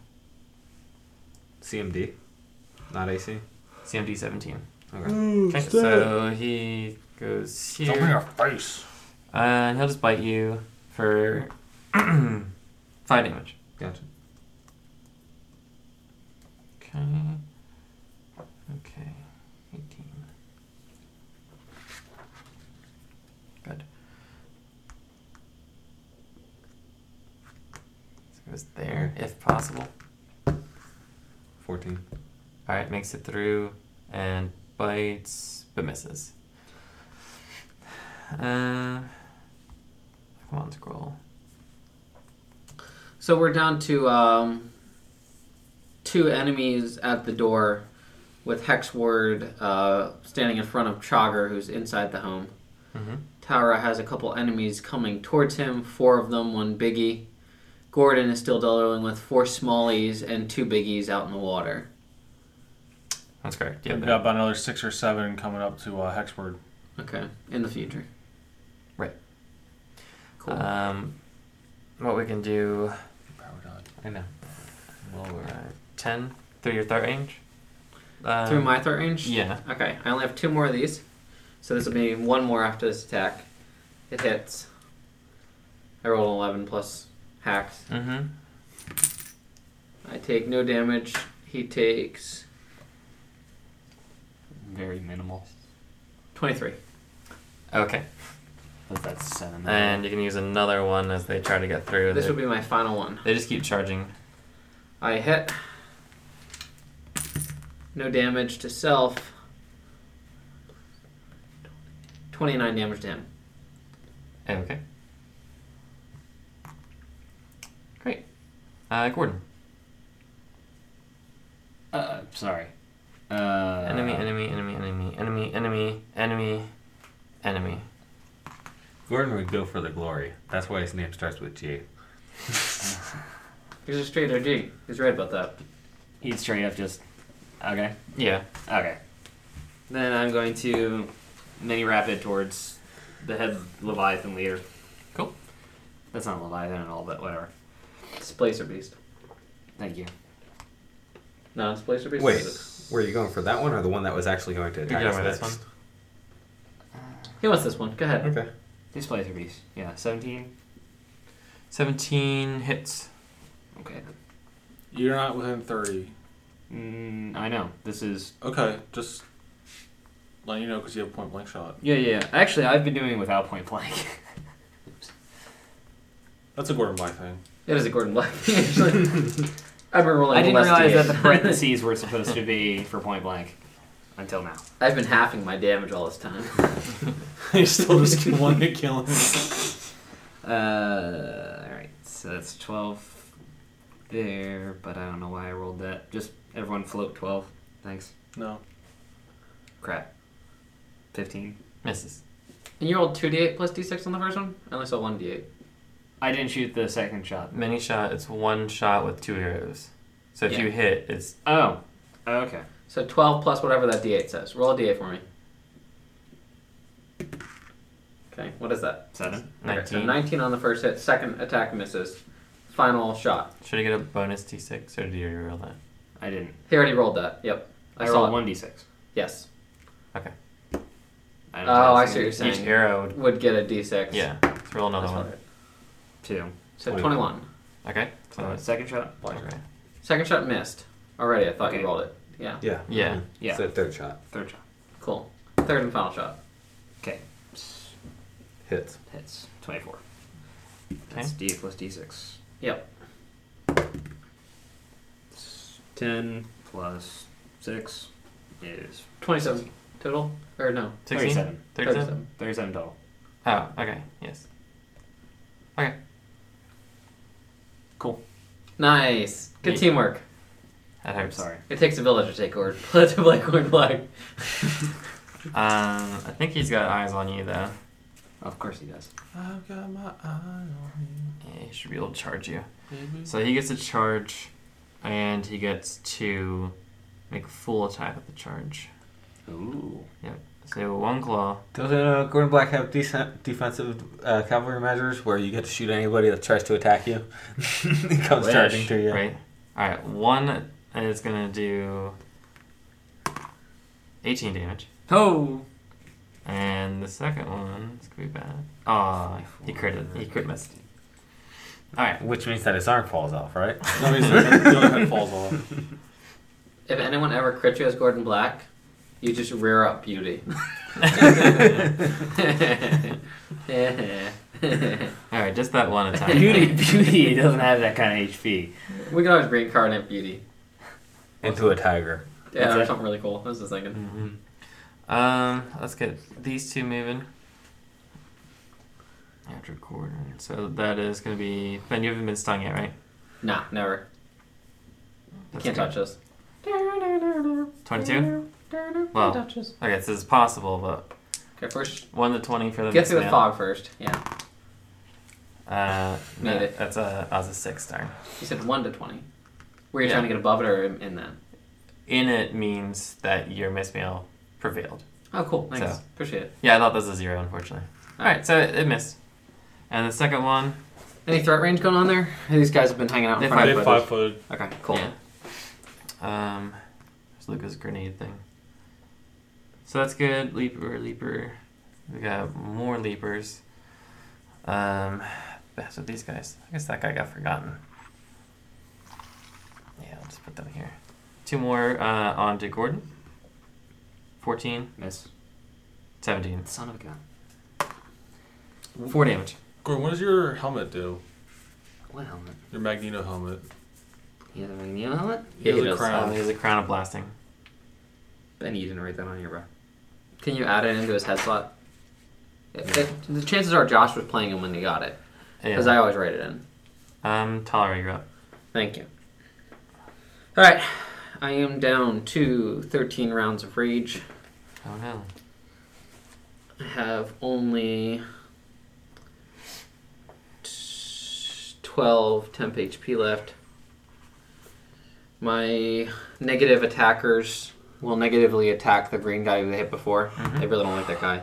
Speaker 5: CMD, not AC.
Speaker 3: CMD 17.
Speaker 5: Okay.
Speaker 3: Okay, so he goes
Speaker 6: Don't bring
Speaker 3: here.
Speaker 6: your face.
Speaker 3: Uh, and he'll just bite you for five damage.
Speaker 5: Gotcha.
Speaker 3: Okay. Okay. 18. Good. So it goes there, if possible.
Speaker 5: Fourteen.
Speaker 3: Alright, makes it through and bites, but misses. Uh, come on, scroll.
Speaker 2: So we're down to um, two enemies at the door with Hexward uh, standing in front of Chogger, who's inside the home.
Speaker 3: Mm-hmm.
Speaker 2: Tara has a couple enemies coming towards him, four of them, one biggie. Gordon is still dealing with four smallies and two biggies out in the water.
Speaker 3: That's correct. Yeah,
Speaker 6: We've
Speaker 3: but-
Speaker 6: got about another six or seven coming up to uh, Hexword.
Speaker 2: Okay, in the future.
Speaker 3: Right.
Speaker 2: Cool.
Speaker 3: Um, what we can do?
Speaker 5: I know.
Speaker 3: Uh, Ten through your threat range. Um,
Speaker 2: Through my threat range?
Speaker 3: Yeah.
Speaker 2: Okay, I only have two more of these. So this will be one more after this attack. It hits. I roll an 11 plus hacks.
Speaker 3: Mm-hmm.
Speaker 2: I take no damage. He takes
Speaker 4: Very minimal.
Speaker 2: 23.
Speaker 3: Okay.
Speaker 4: But that's seven.
Speaker 3: And you can use another one as they try to get through.
Speaker 2: This
Speaker 3: they,
Speaker 2: will be my final one.
Speaker 3: they just keep charging.
Speaker 2: I hit. No damage to self. 29 damage to him.
Speaker 3: Okay. Great. Uh, Gordon.
Speaker 4: uh, sorry. Uh,
Speaker 3: Enemy. Enemy. Enemy. Enemy. Enemy. Enemy. Enemy. Enemy.
Speaker 5: Gordon would go for the glory. That's why his name starts with G.
Speaker 2: He's a straight OG. He's right about that.
Speaker 4: He's straight up just. Okay.
Speaker 3: Yeah.
Speaker 4: Okay. Then I'm going to mini rapid towards the head Leviathan leader.
Speaker 3: Cool.
Speaker 4: That's not Leviathan at all, but whatever.
Speaker 2: Displacer Beast.
Speaker 4: Thank you.
Speaker 2: Non Displacer Beast?
Speaker 5: Wait, were you going for that one or the one that was actually going to attack
Speaker 3: You're
Speaker 5: us
Speaker 3: going with this
Speaker 5: next?
Speaker 2: He wants this one. Go ahead.
Speaker 5: Okay.
Speaker 4: Displacer beast. Yeah, 17.
Speaker 3: Seventeen hits.
Speaker 4: Okay.
Speaker 6: You're not within 30.
Speaker 4: Mm, I know. This is.
Speaker 6: Okay, just letting you know because you have point blank shot.
Speaker 4: Yeah, yeah. yeah. Actually, I've been doing it without point blank.
Speaker 6: That's a Gordon Bly thing.
Speaker 2: It is a Gordon Black, actually. I've been rolling
Speaker 4: I didn't realize that the
Speaker 2: investigate.
Speaker 4: parentheses were supposed to be for point blank until now.
Speaker 2: I've been halving my damage all this time.
Speaker 6: you still just get one to kill him.
Speaker 4: Uh, alright, so that's 12 there, but I don't know why I rolled that. Just everyone float 12. Thanks.
Speaker 6: No.
Speaker 4: Crap. 15.
Speaker 3: Misses.
Speaker 2: And you rolled 2d8 plus d6 on the first one? I only saw 1d8.
Speaker 4: I didn't shoot the second shot.
Speaker 3: Mini shot. It's one shot with two arrows. So if
Speaker 4: Yeah.
Speaker 3: you hit, it's
Speaker 4: Oh, okay.
Speaker 2: So 12 plus whatever that d8 says. Roll a d8 for me. Okay, what is that?
Speaker 4: Seven.
Speaker 2: Okay, so
Speaker 3: 19.
Speaker 2: 19 on the first hit, second attack misses. Final shot.
Speaker 3: Should I get a bonus d6 or do you roll that?
Speaker 4: I didn't.
Speaker 2: He already rolled that. Yep.
Speaker 4: I,
Speaker 2: I, saw
Speaker 4: rolled
Speaker 2: it.
Speaker 4: 1d6.
Speaker 2: Yes.
Speaker 4: I
Speaker 2: Oh, I
Speaker 4: don't
Speaker 2: see what you're
Speaker 4: know.
Speaker 3: Each
Speaker 2: saying.
Speaker 3: arrow. would-
Speaker 2: Would get a d6.
Speaker 3: Yeah. Let's roll another
Speaker 2: That's
Speaker 3: one.
Speaker 2: what it-
Speaker 4: Two.
Speaker 2: So
Speaker 5: 21.
Speaker 2: 21.
Speaker 3: Okay. So
Speaker 4: So
Speaker 3: it's
Speaker 4: second shot?
Speaker 3: okay.
Speaker 2: Second shot missed. Already, I thought
Speaker 4: Okay.
Speaker 2: you rolled it. Yeah.
Speaker 5: Yeah.
Speaker 3: Yeah.
Speaker 4: Yeah.
Speaker 5: So third shot
Speaker 4: Third shot.
Speaker 2: Cool. Third and final shot.
Speaker 4: Okay.
Speaker 5: hits.
Speaker 4: Hits. 24. That's D plus D6.
Speaker 2: Yep.
Speaker 4: It's 10 plus 6 is
Speaker 2: 27 total? Or no,
Speaker 3: 16?
Speaker 4: 37.
Speaker 3: 37?
Speaker 4: 37 total.
Speaker 3: Oh, okay. Yes.
Speaker 2: Nice. Good
Speaker 3: Neat.
Speaker 2: teamwork.
Speaker 3: That
Speaker 4: I'm
Speaker 3: helps.
Speaker 4: sorry.
Speaker 2: It takes a village to take or to black horn black.
Speaker 3: Um, I think he's got eyes on you, though.
Speaker 4: Of course he does.
Speaker 6: I've got my eye on
Speaker 3: Yeah, he should be able to charge you.
Speaker 6: you,
Speaker 2: Mm-hmm.
Speaker 6: baby.
Speaker 3: So he gets a charge, and he gets to make a full attack with the charge.
Speaker 4: Ooh.
Speaker 3: So one claw.
Speaker 5: Doesn't uh, Gordon Black have decent defensive uh, cavalry measures where you get to shoot anybody that tries to attack you? he comes
Speaker 4: Wish,
Speaker 5: charging to you.
Speaker 3: Right. All right. One is gonna do eighteen damage,
Speaker 4: Oh!
Speaker 3: and the second one is gonna be bad. Ah, he critted. He crit missed. All right.
Speaker 5: Which means that his arm falls off, right?
Speaker 6: No, he's the other head falls off.
Speaker 2: If anyone ever crits you as Gordon Black, you just rear up beauty. we
Speaker 3: All right. Just that one attack.
Speaker 4: Beauty, Beauty doesn't have that kind of HP.
Speaker 2: can always reincarnate beauty.
Speaker 5: Into a tiger.
Speaker 2: Yeah,
Speaker 4: That's
Speaker 2: or
Speaker 4: it.
Speaker 2: something really cool. I was just thinking.
Speaker 3: Mm-hmm. Um, let's get these two moving. After quarter. So that is going to be. Ben, you haven't been stung yet, right?
Speaker 2: Nah, never. You
Speaker 3: That's
Speaker 2: can't
Speaker 3: good.
Speaker 2: touch us.
Speaker 3: 22? Well, okay, so it's possible, but
Speaker 2: Okay, first
Speaker 3: 1 to 20 for the
Speaker 2: get through the
Speaker 3: missed nail.
Speaker 2: fog first. Yeah,
Speaker 3: Uh,
Speaker 2: Made
Speaker 3: no,
Speaker 2: it.
Speaker 3: That's a, that was a 6 star.
Speaker 2: you said one to twenty. Were you
Speaker 3: Yeah.
Speaker 2: trying to get above it or in, in that?
Speaker 3: In it means that your missed meal prevailed.
Speaker 2: Oh, cool. Thanks.
Speaker 3: So.
Speaker 2: Appreciate it.
Speaker 3: Yeah, I thought that was a 0, unfortunately. Alright, so it, it missed. And the second one.
Speaker 2: Any threat range going on there? These guys have been hanging out in
Speaker 3: They're
Speaker 2: front of
Speaker 3: Five
Speaker 2: us.
Speaker 6: five foot.
Speaker 3: Okay, cool.
Speaker 2: Yeah.
Speaker 3: Um, there's Luca's grenade thing. So that's good. Leaper, leaper. We got more leapers. Um, that's with these guys. I guess that guy got forgotten. Yeah, I'll just put them here. Two more uh, on to Gordon. 14,
Speaker 4: Miss.
Speaker 3: 17.
Speaker 4: Son of a gun.
Speaker 3: Four damage.
Speaker 6: Gordon, what does your helmet do?
Speaker 4: What helmet?
Speaker 6: Your Magneto helmet.
Speaker 4: You have a Magneto helmet?
Speaker 6: He has
Speaker 2: Yeah,
Speaker 6: a
Speaker 2: he does.
Speaker 3: Um,
Speaker 6: crown.
Speaker 3: he has a crown of blasting.
Speaker 4: Ben, you didn't write that on your bro.
Speaker 2: Can you add it into his head slot? It- it- the chances are Josh was playing him when he got it, because
Speaker 3: Yeah.
Speaker 2: I always write it in.
Speaker 3: Um, Tolerate, you're up.
Speaker 2: Thank you. All right, I am down to 13 rounds of rage.
Speaker 3: Oh no.
Speaker 2: I have only t- 12 temp HP left. My negative attackers will negatively attack the green guy who they hit before. They really don't like that guy.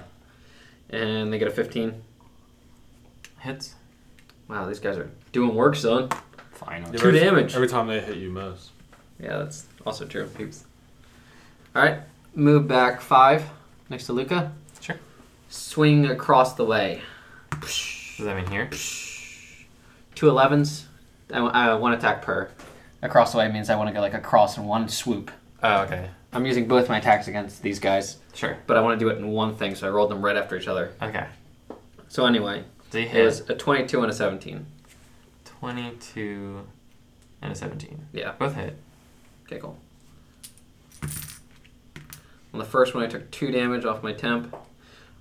Speaker 2: And they get a 15.
Speaker 3: Hits.
Speaker 2: Wow, these guys are doing work, son.
Speaker 4: Finally.
Speaker 2: Yeah. Two
Speaker 6: Every-
Speaker 2: damage.
Speaker 6: Every time they hit you, miss.
Speaker 2: Yeah, that's also true. Peeps. All right, move back five next to Luca.
Speaker 3: Sure.
Speaker 2: Swing across the way.
Speaker 3: Does that mean here?
Speaker 2: Two 11s. I, w- I one attack per. Across the way means I want to go like across in one swoop.
Speaker 3: Oh, okay.
Speaker 2: I'm using both my attacks against these guys,
Speaker 3: Sure.
Speaker 2: but I want to do it in one thing, so I rolled them right after each other.
Speaker 3: Okay.
Speaker 2: So anyway,
Speaker 3: So you
Speaker 2: it
Speaker 3: hit.
Speaker 2: was a 22 and a 17.
Speaker 3: 22 and a 17.
Speaker 2: Yeah.
Speaker 3: Both hit.
Speaker 2: Okay, cool. On the first one, I took two damage off my temp.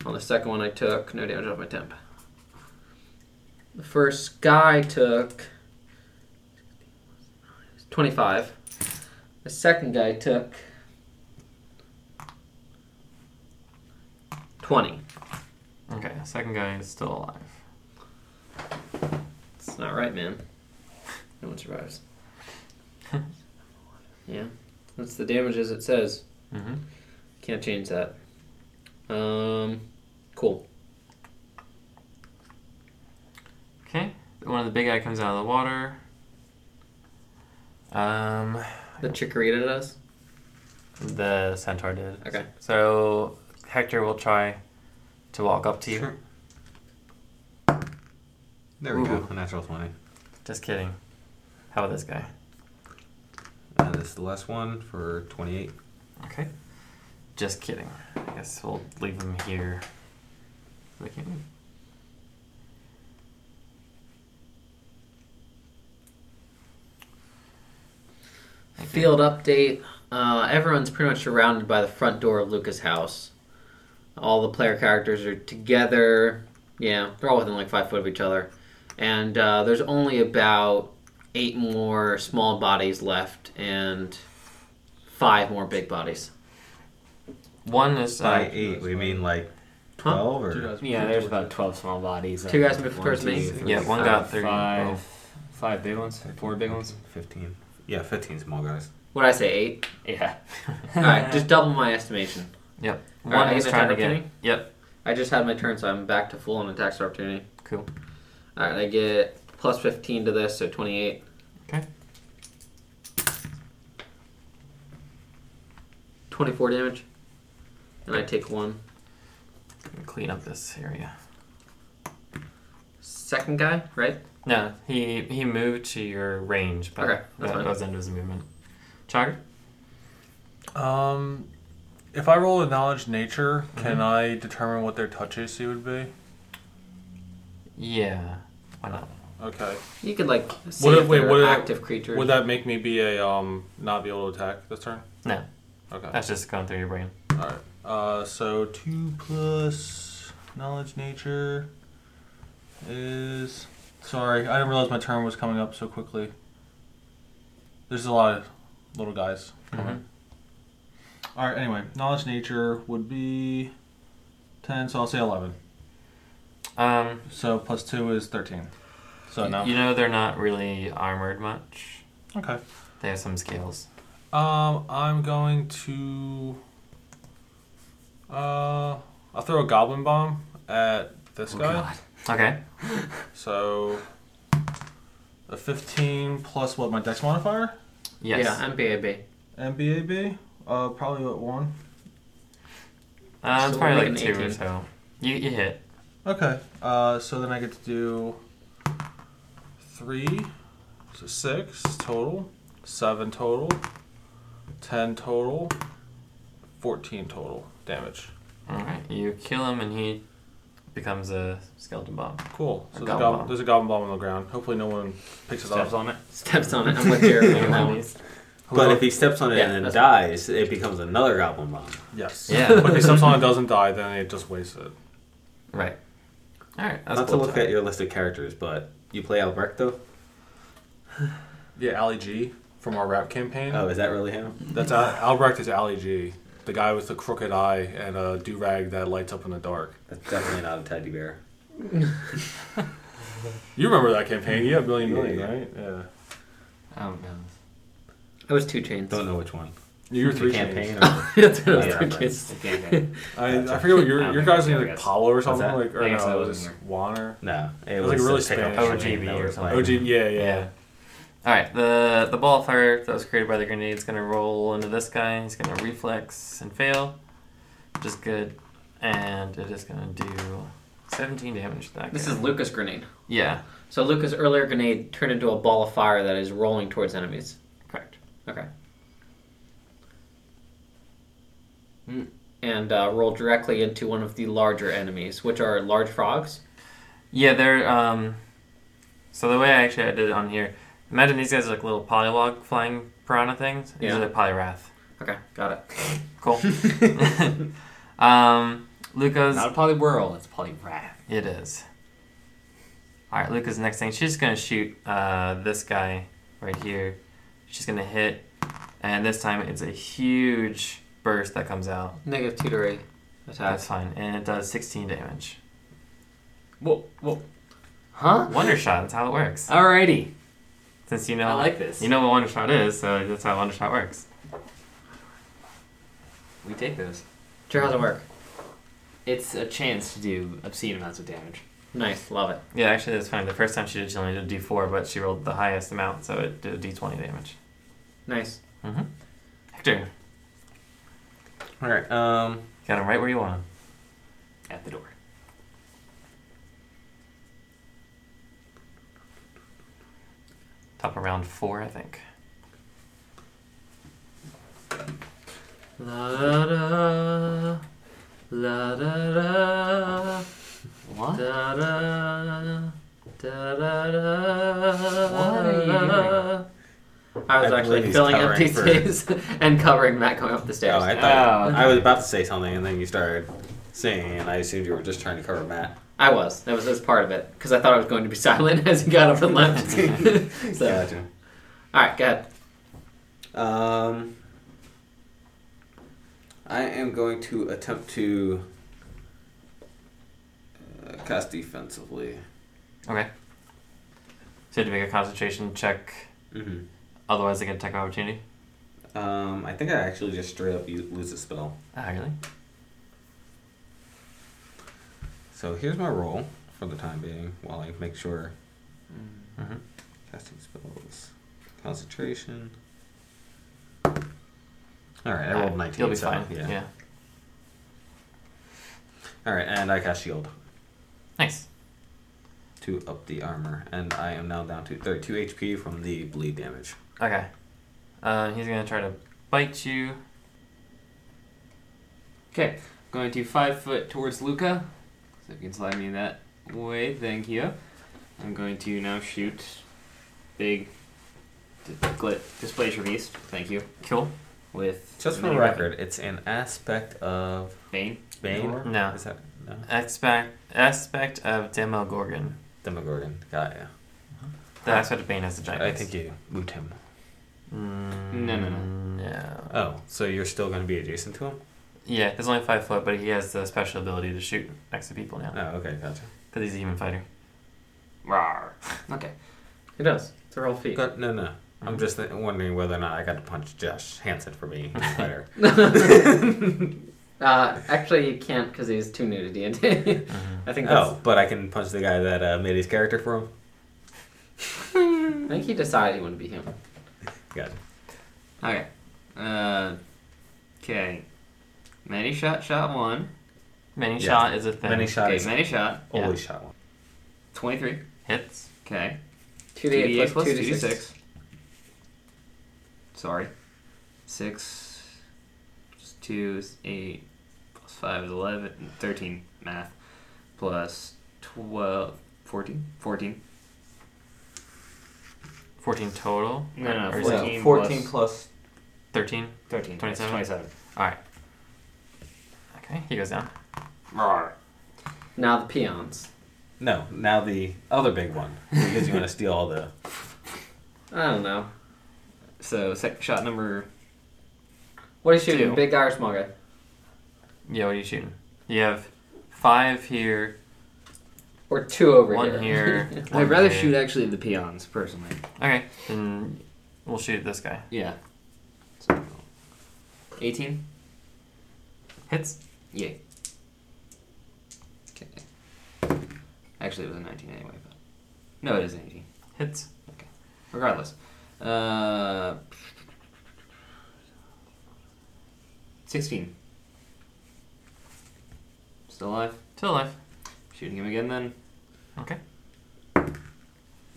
Speaker 2: On the second one, I took no damage off my temp. The first guy took 25. The second guy took 20.
Speaker 3: Okay, second guy is still alive.
Speaker 2: It's not right, man. No one survives. yeah, that's the damages it says.
Speaker 3: Mm-hmm.
Speaker 2: Can't change that. Um, cool.
Speaker 3: Okay, one of the big guy comes out of the water. Um,
Speaker 2: The chikorita at us.
Speaker 3: the centaur did.
Speaker 2: Okay.
Speaker 3: So Hector will try to walk up to you.
Speaker 5: Sure. There we
Speaker 3: Ooh.
Speaker 5: go. A natural 20.
Speaker 3: Just kidding. How about this guy?
Speaker 5: And this is the last one for 28.
Speaker 3: Okay. Just kidding. I guess we'll leave him here. They can't move.
Speaker 2: Field update. Uh, everyone's pretty much surrounded by the front door of Lucas' house. All the player characters are together. Yeah, they're all within like five foot of each other. And uh, there's only about eight more small bodies left and five more big bodies.
Speaker 3: One is uh,
Speaker 5: By eight, we mean like twelve
Speaker 6: Do you
Speaker 5: or
Speaker 6: guys-
Speaker 7: Yeah, there's about 12 small bodies.
Speaker 2: Two guys moved towards me.
Speaker 3: Yeah, one got three.
Speaker 7: Five, five big ones. Four big ones.
Speaker 5: fifteen. Yeah, fifteen small guys.
Speaker 2: What did I say, eight?
Speaker 7: Yeah.
Speaker 2: All right, just double my estimation.
Speaker 3: one
Speaker 2: Alright, I
Speaker 3: is
Speaker 2: get an
Speaker 3: trying to
Speaker 2: attack
Speaker 3: get.
Speaker 2: opportunity?
Speaker 3: Yep.
Speaker 2: I just had my turn, so I'm back to full on attack opportunity.
Speaker 3: Cool.
Speaker 2: All right, I get plus 15 to this, so 28.
Speaker 3: Okay.
Speaker 2: 24 damage. And I take one.
Speaker 3: Clean up this area.
Speaker 2: Second guy, right?
Speaker 3: No, he he moved to your range, but
Speaker 2: Okay, that's
Speaker 3: that
Speaker 2: fine.
Speaker 3: was end of his movement. Chogger?
Speaker 6: Um, if I roll a knowledge nature, can I determine what their touch AC would be?
Speaker 3: Yeah. Why not?
Speaker 6: Okay.
Speaker 2: You could like see
Speaker 6: Would it-
Speaker 2: if
Speaker 6: wait,
Speaker 2: they're
Speaker 6: would it-
Speaker 2: active creatures.
Speaker 6: Would that make me be a um not be able to attack this turn?
Speaker 3: No,
Speaker 6: Okay.
Speaker 3: that's just going through your brain.
Speaker 6: All right. Uh, so two plus knowledge nature is. Sorry, I didn't realize my turn was coming up so quickly. There's a lot of little guys. coming.
Speaker 2: Mm-hmm.
Speaker 6: All right. Anyway, knowledge nature would be ten, so I'll say eleven.
Speaker 3: Um,
Speaker 6: So plus two is thirteen. So no.
Speaker 3: You know they're not really armored much.
Speaker 6: Okay.
Speaker 3: They have some scales.
Speaker 6: Um, I'm going to. Uh, I'll throw a goblin bomb at this guy.
Speaker 3: Okay.
Speaker 6: So a 15 plus what my dex modifier?
Speaker 3: Yes.
Speaker 2: Yeah, I'm BAB.
Speaker 6: MBAB? Uh, probably what one?
Speaker 3: Uh, it's
Speaker 2: So
Speaker 3: probably
Speaker 2: we're
Speaker 3: like two
Speaker 2: making
Speaker 3: or
Speaker 2: 18.
Speaker 3: so. You, you hit.
Speaker 6: Okay. Uh, so then I get to do three, so six total, seven total, ten total, fourteen total damage.
Speaker 3: Alright. You kill him and he becomes a skeleton bomb.
Speaker 6: Cool.
Speaker 3: A
Speaker 6: So there's,
Speaker 3: goblin
Speaker 6: a goblin,
Speaker 3: bomb.
Speaker 6: there's a goblin bomb on the ground. Hopefully no one picks it up.
Speaker 7: Steps on it.
Speaker 2: Steps on it. I'm with Jeremy on that one.
Speaker 5: But if he steps on it
Speaker 2: Yeah,
Speaker 5: and then
Speaker 2: that's-
Speaker 5: dies, it becomes another goblin bomb.
Speaker 6: Yes.
Speaker 3: Yeah.
Speaker 6: but if it steps on it doesn't die, then it just wastes it.
Speaker 3: Right. Alright. That's
Speaker 5: Not to
Speaker 3: cool,
Speaker 5: look
Speaker 3: Chog.
Speaker 5: at your list of characters, but you play Alberto.
Speaker 6: Yeah, Ali G from our rap campaign.
Speaker 5: Oh, is that really him?
Speaker 6: That's Al- Albrecht is Ali G, the guy with the crooked eye and a do rag that lights up in the dark.
Speaker 5: That's definitely not a teddy bear.
Speaker 6: You remember that campaign? You have Million
Speaker 5: Yeah,
Speaker 6: Million,
Speaker 5: yeah.
Speaker 6: right? Yeah.
Speaker 3: I don't know.
Speaker 2: I was two chains.
Speaker 5: Don't know which one.
Speaker 6: You're
Speaker 5: The
Speaker 6: three
Speaker 5: campaign.
Speaker 6: campaign.
Speaker 5: Or...
Speaker 2: That's what I was
Speaker 5: Yeah,
Speaker 2: thinking.
Speaker 5: that's-
Speaker 6: I, I forget what
Speaker 7: I
Speaker 6: your
Speaker 7: don't
Speaker 6: your
Speaker 7: think
Speaker 6: guys
Speaker 7: I
Speaker 6: name
Speaker 7: guess.
Speaker 6: like Paulo or something
Speaker 5: that?
Speaker 6: like or
Speaker 7: I guess I
Speaker 6: no, it
Speaker 7: wasn't
Speaker 6: was
Speaker 7: here.
Speaker 6: Juan or
Speaker 5: No, it
Speaker 6: was like
Speaker 5: the
Speaker 6: really
Speaker 5: pickup
Speaker 6: Spanish
Speaker 5: name
Speaker 3: OGB
Speaker 5: that
Speaker 3: or
Speaker 5: we're
Speaker 3: something.
Speaker 5: playing.
Speaker 6: OG. Yeah, yeah.
Speaker 3: Yeah. Alright, the the ball fire that was created by the grenade is going to roll into this guy. He's going to reflex and fail, which is good. And it is going to do 17 damage to that
Speaker 2: This
Speaker 3: guy.
Speaker 2: is Lucas' grenade.
Speaker 3: Yeah,
Speaker 2: So Lucas' earlier grenade turned into a ball of fire that is rolling towards enemies.
Speaker 3: correct.
Speaker 2: Okay.
Speaker 7: Hmm.
Speaker 2: And uh, roll directly into one of the larger enemies, which are large frogs.
Speaker 3: Yeah, they're um. So the way I actually I did it on here, imagine these guys are like little polywog flying piranha things. These
Speaker 2: Yeah.
Speaker 3: are the polyrath.
Speaker 2: Okay, got it.
Speaker 3: Cool. um, Luca's
Speaker 7: Not a polywhirl, it's polywrath.
Speaker 3: it is. All right, Luca's next thing. She's gonna shoot uh, this guy right here. She's gonna hit, and this time it's a huge burst that comes out.
Speaker 2: Negative two to eight attack.
Speaker 3: That's fine, and it does 16 damage.
Speaker 7: Whoa, whoa. Huh?
Speaker 3: Wonder shot. That's how it works.
Speaker 7: Alrighty.
Speaker 3: Since you know,
Speaker 7: I like this.
Speaker 3: you know what wonder shot is, so that's how wonder shot works.
Speaker 7: We take those.
Speaker 2: Sure, how's it work?
Speaker 7: It's a chance to do obscene amounts of damage.
Speaker 2: Nice, love it.
Speaker 3: Yeah, actually, that's fine. The first time she did, she only did D4, but she rolled the highest amount, so it did D20 damage.
Speaker 2: Nice.
Speaker 3: Mm-hmm. Hector,
Speaker 5: All right. Um,
Speaker 3: got him right where you want him.
Speaker 7: At the door.
Speaker 3: Top of round four, I think.
Speaker 2: La da da, la da da,
Speaker 7: What?
Speaker 2: da da, da da da.
Speaker 7: What are you doing?
Speaker 2: I was
Speaker 5: I believe
Speaker 2: actually
Speaker 5: he's
Speaker 2: filling
Speaker 5: covering
Speaker 2: empty
Speaker 5: for-
Speaker 2: space and covering Matt going up the
Speaker 5: Oh,
Speaker 2: stairs.
Speaker 5: I
Speaker 7: Oh,
Speaker 5: thought
Speaker 7: okay.
Speaker 5: I was about to say something, and then you started singing, and I assumed you were just trying to cover Matt.
Speaker 2: I was. That was, that was part of it because I thought I was going to be silent as he got up and left. so,
Speaker 5: Gotcha.
Speaker 2: all right, go ahead.
Speaker 5: Um, I am going to attempt to uh, cast defensively.
Speaker 3: Okay. So you have to make a concentration check,
Speaker 5: hmm
Speaker 3: Mm-hmm. otherwise they get attack of opportunity.
Speaker 5: Um, I think I actually just straight up u- lose a spell.
Speaker 7: Uh,
Speaker 3: Ah, really?
Speaker 5: So here's my roll for the time being while I make sure.
Speaker 7: Mm-hmm.
Speaker 3: Mhm.
Speaker 5: Casting spells. Concentration. Alright, I
Speaker 3: Ah,
Speaker 5: rolled 19.
Speaker 3: You'll be
Speaker 5: so,
Speaker 3: fine.
Speaker 5: Yeah.
Speaker 3: yeah.
Speaker 5: Alright, and I cast shield
Speaker 3: Nice.
Speaker 5: to up the armor. And I am now down to 32 HP from the bleed damage.
Speaker 3: Okay. Uh, he's gonna try to bite you.
Speaker 7: Okay, going to five foot towards Luca. So if you can slide me that way, thank you. I'm going to now shoot big di- glit displacer beast. Thank you.
Speaker 3: Cool.
Speaker 7: With
Speaker 5: Just for
Speaker 7: mini
Speaker 5: the
Speaker 7: weapon.
Speaker 5: record, it's an aspect of
Speaker 7: Bane.
Speaker 5: Bane.
Speaker 3: No.
Speaker 5: Is that no?
Speaker 3: Aspect aspect of Demogorgon.
Speaker 5: Demogorgon. Got ya.
Speaker 3: The aspect of Bane has a giant.
Speaker 5: I
Speaker 3: face.
Speaker 5: think you moved him.
Speaker 3: Mm,
Speaker 7: No, no,
Speaker 3: No.
Speaker 5: Oh, so you're still going to be adjacent to him?
Speaker 3: Yeah, he's only five foot, but he has the special ability to shoot next to people now
Speaker 5: Oh, okay, gotcha.
Speaker 3: because he's a human fighter.
Speaker 7: Rawr. Okay.
Speaker 2: It does. It's a roll feet.
Speaker 5: Got, no, no. I'm just th- wondering whether or not I got to punch Josh Hansen for being better.
Speaker 2: Uh, actually, you can't because he's too new to D and
Speaker 3: Mm-hmm.
Speaker 2: I think. That's,
Speaker 5: oh, but I can punch the guy that uh, made his character for him.
Speaker 2: I think he decided he wanted to be him.
Speaker 5: Got it.
Speaker 7: Okay. Uh, okay. Many shot, shot one.
Speaker 3: Many
Speaker 5: Yeah.
Speaker 3: shot is a thing.
Speaker 5: Many shot
Speaker 7: okay,
Speaker 5: is
Speaker 7: many shot.
Speaker 5: only
Speaker 3: yeah.
Speaker 5: shot one.
Speaker 7: 23.
Speaker 3: hits.
Speaker 7: Okay.
Speaker 2: Two to eight
Speaker 7: 2d8
Speaker 2: plus two to
Speaker 7: 2d6.
Speaker 2: six.
Speaker 7: Sorry. 6 plus 2 is 8 plus 5 is 11 13 math plus 12 14 14
Speaker 3: Fourteen total.
Speaker 7: No, no,
Speaker 3: Or is it
Speaker 7: 14 plus-
Speaker 5: plus.
Speaker 3: Thirteen.
Speaker 7: 13
Speaker 3: 27?
Speaker 7: 27
Speaker 3: All right. Okay, he goes down.
Speaker 7: Rawr.
Speaker 2: Now the peons.
Speaker 5: No, now the other big one because you want to steal all the.
Speaker 2: I don't know.
Speaker 7: So second shot number
Speaker 2: What are you shooting?
Speaker 7: Two.
Speaker 2: Big guy or small guy?
Speaker 3: Yeah, what are you shooting? You have five here.
Speaker 2: Or two over
Speaker 3: One
Speaker 2: here?
Speaker 3: here.
Speaker 7: I'd rather
Speaker 3: Okay.
Speaker 7: shoot actually the peons personally.
Speaker 3: Okay, then we'll shoot this guy.
Speaker 7: Yeah. So, 18.
Speaker 3: Hits.
Speaker 7: Yay. Okay. Actually, it was a 19 anyway, but no, it is an 18.
Speaker 3: Hits.
Speaker 7: regardless. Uh, 16. Still alive.
Speaker 3: Still alive.
Speaker 7: Shooting him again then.
Speaker 3: Okay.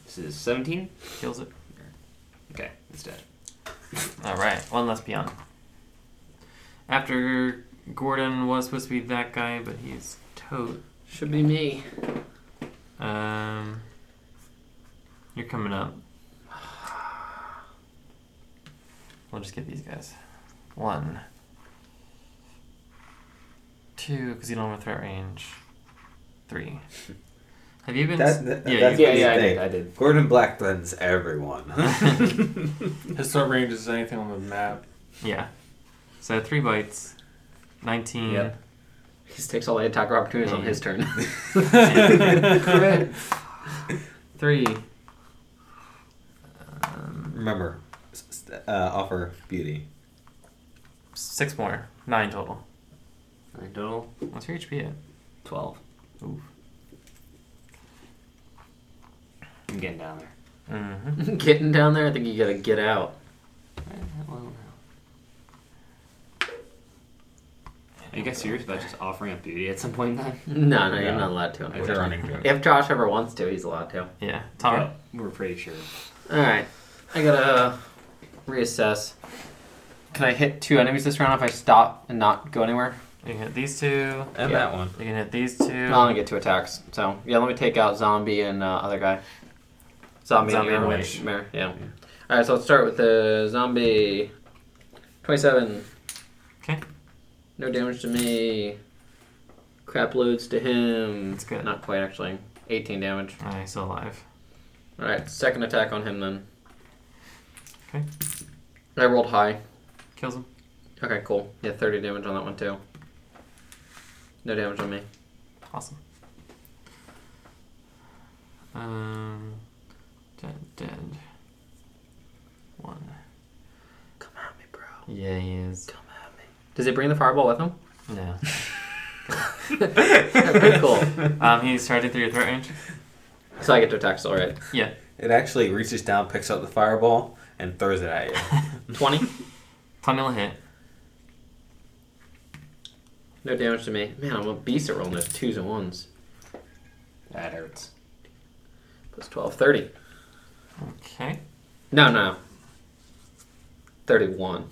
Speaker 7: This is 17.
Speaker 3: Kills it.
Speaker 7: Okay, it's dead.
Speaker 3: All right, one less peon. After Gordon was supposed to be that guy, but he's tote.
Speaker 2: Should be me.
Speaker 3: Um, you're coming up. We'll just get these guys. One. Two, because you don't have a threat range. Three. Have you been? s-
Speaker 5: That, that,
Speaker 3: yeah,
Speaker 5: that's
Speaker 3: you-
Speaker 5: what you think.
Speaker 7: did.
Speaker 5: Gordon Black threatens everyone.
Speaker 6: His threat range is anything on the map.
Speaker 3: yeah. So three bites. Nineteen.
Speaker 7: Yep.
Speaker 2: He takes all the attack opportunities
Speaker 3: Mm-hmm.
Speaker 2: on his turn.
Speaker 3: Crit. Three.
Speaker 5: Remember, s- s- uh, offer beauty.
Speaker 3: Six more. Nine total.
Speaker 7: Nine total.
Speaker 3: What's your HP at?
Speaker 7: 12.
Speaker 3: Oof.
Speaker 7: I'm getting down there.
Speaker 3: Mm-hmm.
Speaker 2: Getting down there, I think you gotta get out.
Speaker 7: Eh, that will help. Are you guys serious about just offering up beauty at some point in time?
Speaker 2: No, no, you're
Speaker 5: No.
Speaker 2: not allowed to.
Speaker 5: It's a
Speaker 2: Unfortunately.
Speaker 5: running joke.
Speaker 2: If Josh ever wants to, he's allowed to.
Speaker 3: Yeah. Tara.
Speaker 7: We're pretty sure.
Speaker 2: All right, I gotta reassess. Can I hit two enemies this round if I stop and not go anywhere?
Speaker 3: You can hit these two.
Speaker 5: And
Speaker 2: Yeah.
Speaker 5: that one.
Speaker 3: You can hit these two.
Speaker 2: No, I only get two attacks. So yeah, let me take out zombie and uh, other guy. Zombie,
Speaker 3: Zombie
Speaker 2: and
Speaker 3: and
Speaker 2: your
Speaker 3: witch.
Speaker 2: Mare, yeah. All right, so let's start with the zombie. Twenty-seven.
Speaker 3: 'Kay.
Speaker 2: No damage to me. Crap loads to him.
Speaker 3: That's good.
Speaker 2: Not quite actually. Eighteen damage.
Speaker 3: Ah, he's still alive.
Speaker 2: All right, second attack on him then.
Speaker 3: 'Kay.
Speaker 2: I rolled high.
Speaker 3: Kills him.
Speaker 2: Okay, cool. Yeah, thirty damage on that one too. No damage on me.
Speaker 3: Awesome. Um, dead, dead. One.
Speaker 2: Come at me, bro.
Speaker 3: Yeah, he is.
Speaker 2: Come at me. Does he bring the fireball with him?
Speaker 3: No.
Speaker 2: Pretty cool.
Speaker 3: Um, he's charging through your threat range.
Speaker 2: So I get to attack still, right?
Speaker 3: Yeah.
Speaker 5: It actually reaches down, picks up the fireball, and throws it at you.
Speaker 2: 20.
Speaker 3: Tunnel hit.
Speaker 2: No damage to me. Man, I'm a beast at rolling those twos and ones.
Speaker 7: That hurts.
Speaker 2: Plus 12, 30.
Speaker 3: Okay.
Speaker 2: No, no. 31.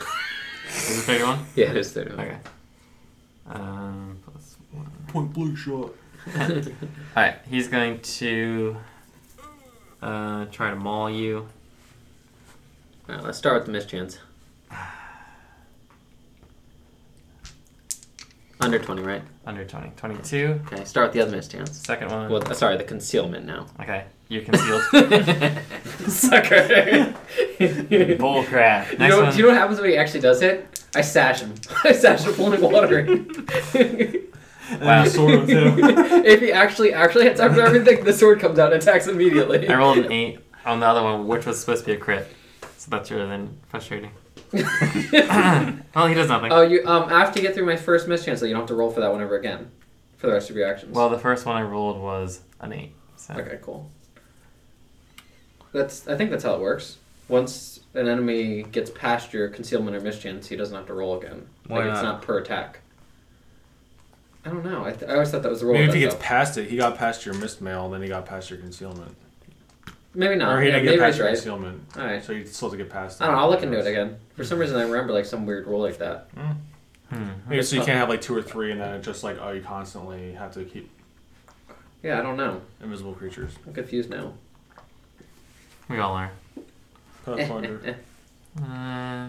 Speaker 3: Is it 31?
Speaker 2: yeah, it is 31.
Speaker 3: Okay. Um, plus one.
Speaker 6: Point blue shot.
Speaker 3: Alright, he's going to uh, try to maul you.
Speaker 2: All right, let's start with the mischance. Under 20, right?
Speaker 3: Under 20. 22.
Speaker 2: Okay, start with the other mischance.
Speaker 3: Second one.
Speaker 2: Well, uh, sorry, the concealment now.
Speaker 3: Okay. You're concealed.
Speaker 2: Sucker. you,
Speaker 7: Bullcrap.
Speaker 3: Next
Speaker 2: know,
Speaker 3: one.
Speaker 2: do you know what happens when he actually does hit? I sash him. I sash him full of water.
Speaker 3: wow.
Speaker 6: Sword too.
Speaker 2: if he actually actually hits after everything, the sword comes out and attacks immediately.
Speaker 3: I rolled an 8 on the other one, which was supposed to be a crit. So that's really then frustrating. well, he does nothing.
Speaker 2: Oh, you um after you get through my first mischance, so you don't have to roll for that one ever again, for the rest of your actions.
Speaker 3: Well, the first one I rolled was an 8. So.
Speaker 2: okay, cool. That's I think that's how it works. Once an enemy gets past your concealment or mischance, he doesn't have to roll again.
Speaker 5: Why
Speaker 2: like it's
Speaker 5: not?
Speaker 2: not per attack. I don't know. I, th- I always thought that was the rule.
Speaker 6: Maybe if
Speaker 2: that,
Speaker 6: he gets
Speaker 2: though.
Speaker 6: past it, he got past your mist mail, then he got past your concealment.
Speaker 2: maybe not.
Speaker 6: or he
Speaker 2: Uh, Yeah,
Speaker 6: didn't
Speaker 2: maybe
Speaker 6: get past
Speaker 2: it's
Speaker 6: your
Speaker 2: right.
Speaker 6: concealment.
Speaker 2: All right.
Speaker 6: So you still have to get past
Speaker 2: I don't know. I'll look into it again. For some reason, I remember like some weird rule like that.
Speaker 3: Hmm.
Speaker 6: Maybe so you can't have like two or three, and then it's just like, oh, you constantly have to keep
Speaker 2: Yeah, I don't know.
Speaker 6: invisible creatures.
Speaker 2: I'm confused now.
Speaker 3: We all are.
Speaker 6: Pathfinder.
Speaker 3: Uh,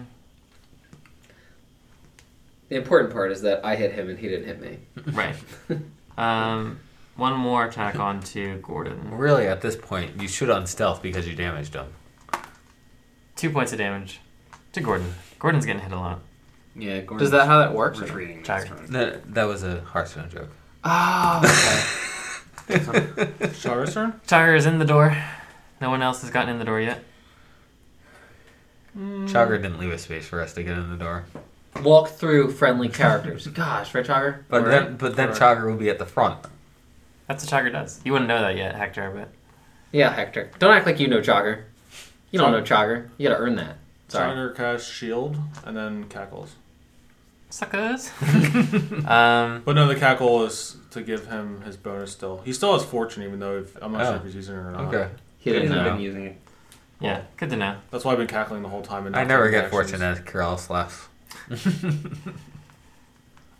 Speaker 2: The important part is that I hit him and he didn't hit me.
Speaker 3: right. Um, one more attack on to Gordon.
Speaker 5: Really, at this point, you should on stealth because you damaged him.
Speaker 3: Two points of damage to Gordon. Gordon's getting hit a lot.
Speaker 7: Yeah, Gordon's
Speaker 2: Is that how that works?
Speaker 7: retreating this
Speaker 3: Tiger.
Speaker 7: turn.
Speaker 5: That, that was a Hearthstone joke.
Speaker 6: Ah, Shara's turn?
Speaker 3: Tiger is in the door. No one else has gotten in the door yet.
Speaker 5: Chagger didn't leave a space for us to get in the door.
Speaker 2: Walk through friendly characters. Gosh, right, Chogger?
Speaker 5: But
Speaker 2: Or-
Speaker 5: then, but then
Speaker 6: Correct.
Speaker 5: Chagger will be at the front.
Speaker 3: That's what Tiger does. You wouldn't know that yet, Hector, but
Speaker 2: yeah, Hector. Don't act like you know Chogger. You don't know Chogger. You gotta earn that. Sorry.
Speaker 6: Tiger casts shield and then cackles.
Speaker 3: suckers. um,
Speaker 6: But no, the cackle is to give him his bonus still. He still has fortune, even though if, I'm not
Speaker 5: Oh.
Speaker 6: sure if he's using it or not.
Speaker 5: Okay.
Speaker 2: He didn't
Speaker 7: He's
Speaker 2: know.
Speaker 7: been using it.
Speaker 3: yeah, good to know.
Speaker 6: That's why I've been cackling the whole time. And
Speaker 5: I
Speaker 6: not
Speaker 5: never
Speaker 6: taking
Speaker 5: get
Speaker 6: actions.
Speaker 5: fortune as Kirill's left.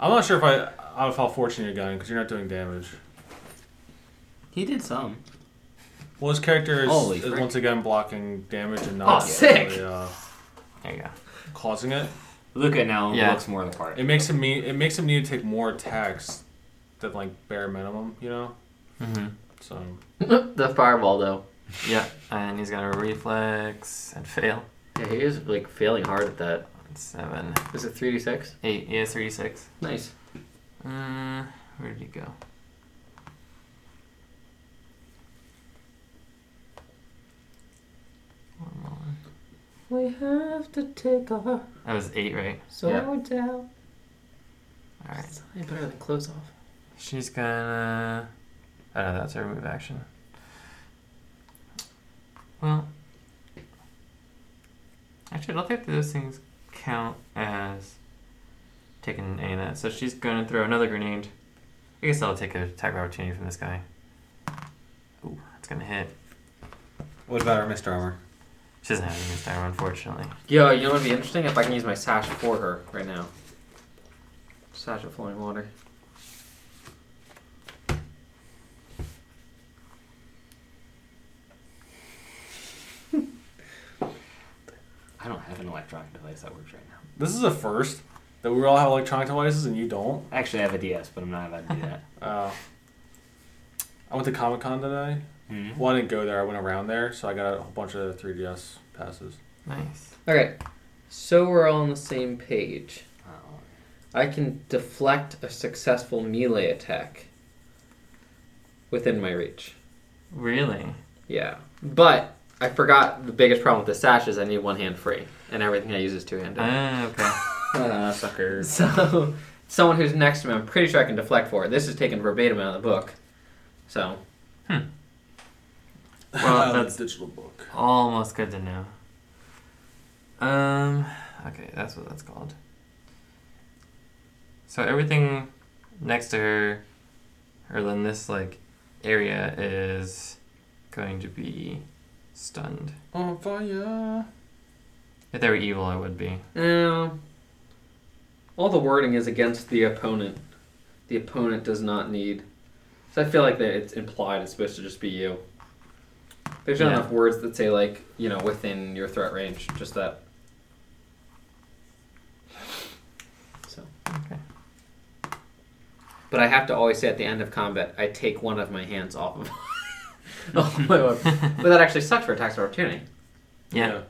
Speaker 6: I'm not sure if I, I how fortunate you're going because you're not doing damage.
Speaker 7: He did some.
Speaker 6: Well, his character is,
Speaker 7: Holy
Speaker 6: is
Speaker 7: frick.
Speaker 6: once again blocking damage and
Speaker 2: Oh,
Speaker 6: not
Speaker 2: sick.
Speaker 6: really, uh,
Speaker 3: There you go.
Speaker 6: causing it.
Speaker 7: Luca now
Speaker 3: Yeah.
Speaker 7: looks more the part.
Speaker 6: It makes him mean, it makes him need to take more attacks than like bare minimum, you know.
Speaker 3: Mm-hmm.
Speaker 6: So
Speaker 2: the fireball, though.
Speaker 3: Yeah, and he's got a reflex and fail.
Speaker 2: Yeah, he is like failing hard at that.
Speaker 3: Seven,
Speaker 2: Is it 3d6?
Speaker 3: eight. Yeah, thirty-six.
Speaker 2: Nice.
Speaker 3: Uh, where did he go? One moment.
Speaker 1: We have to take our
Speaker 3: That was eight, right?
Speaker 1: swords out.
Speaker 3: All right.
Speaker 2: It's not better than close off.
Speaker 3: She's gonna. Oh no, that's her move action. Well, actually, I don't think those things count as taking any of that. So she's gonna throw another grenade. I guess I'll take a attack of opportunity from this guy. Ooh, that's gonna hit.
Speaker 5: What about our Mr. Armor?
Speaker 3: She doesn't have any this time, unfortunately.
Speaker 2: Yo, you know what'd be interesting? If I can use my sash for her right now. Sash of flowing water.
Speaker 7: I don't have an electronic device that works right now.
Speaker 6: This is a first that we all have electronic devices and you don't.
Speaker 7: Actually, I have a DS, but I'm not allowed to do that.
Speaker 6: Uh, I went to Comic Con today.
Speaker 7: Hmm.
Speaker 6: Well, I didn't go there. I went around there, so I got a whole bunch of 3DS passes.
Speaker 3: Nice.
Speaker 2: Okay, so we're all on the same page.
Speaker 7: Oh,
Speaker 2: I can deflect a successful melee attack within my reach.
Speaker 3: Really?
Speaker 2: Yeah. But I forgot the biggest problem with the sash is I need one hand free, and everything I use is two handed.
Speaker 3: Ah, okay.
Speaker 7: Ah, sucker.
Speaker 2: So, someone who's next to me, I'm pretty sure I can deflect for it. This is taken verbatim out of the book. So,
Speaker 3: Well, that's
Speaker 6: digital book.
Speaker 3: almost good to know. Um, okay, that's what that's called. So everything next to her, or in this like area, is going to be stunned.
Speaker 6: On fire.
Speaker 3: If they were evil, it would be.
Speaker 2: eh, all the wording is against the opponent. The opponent does not need. So I feel like that it's implied it's supposed to just be you. There's not
Speaker 3: Yeah.
Speaker 2: enough words that say like you know within your threat range. Just that. So.
Speaker 3: Okay.
Speaker 2: But I have to always say at the end of combat, I take one of my hands off of. off my weapon. But that actually sucks for attacks of opportunity.
Speaker 3: Yeah.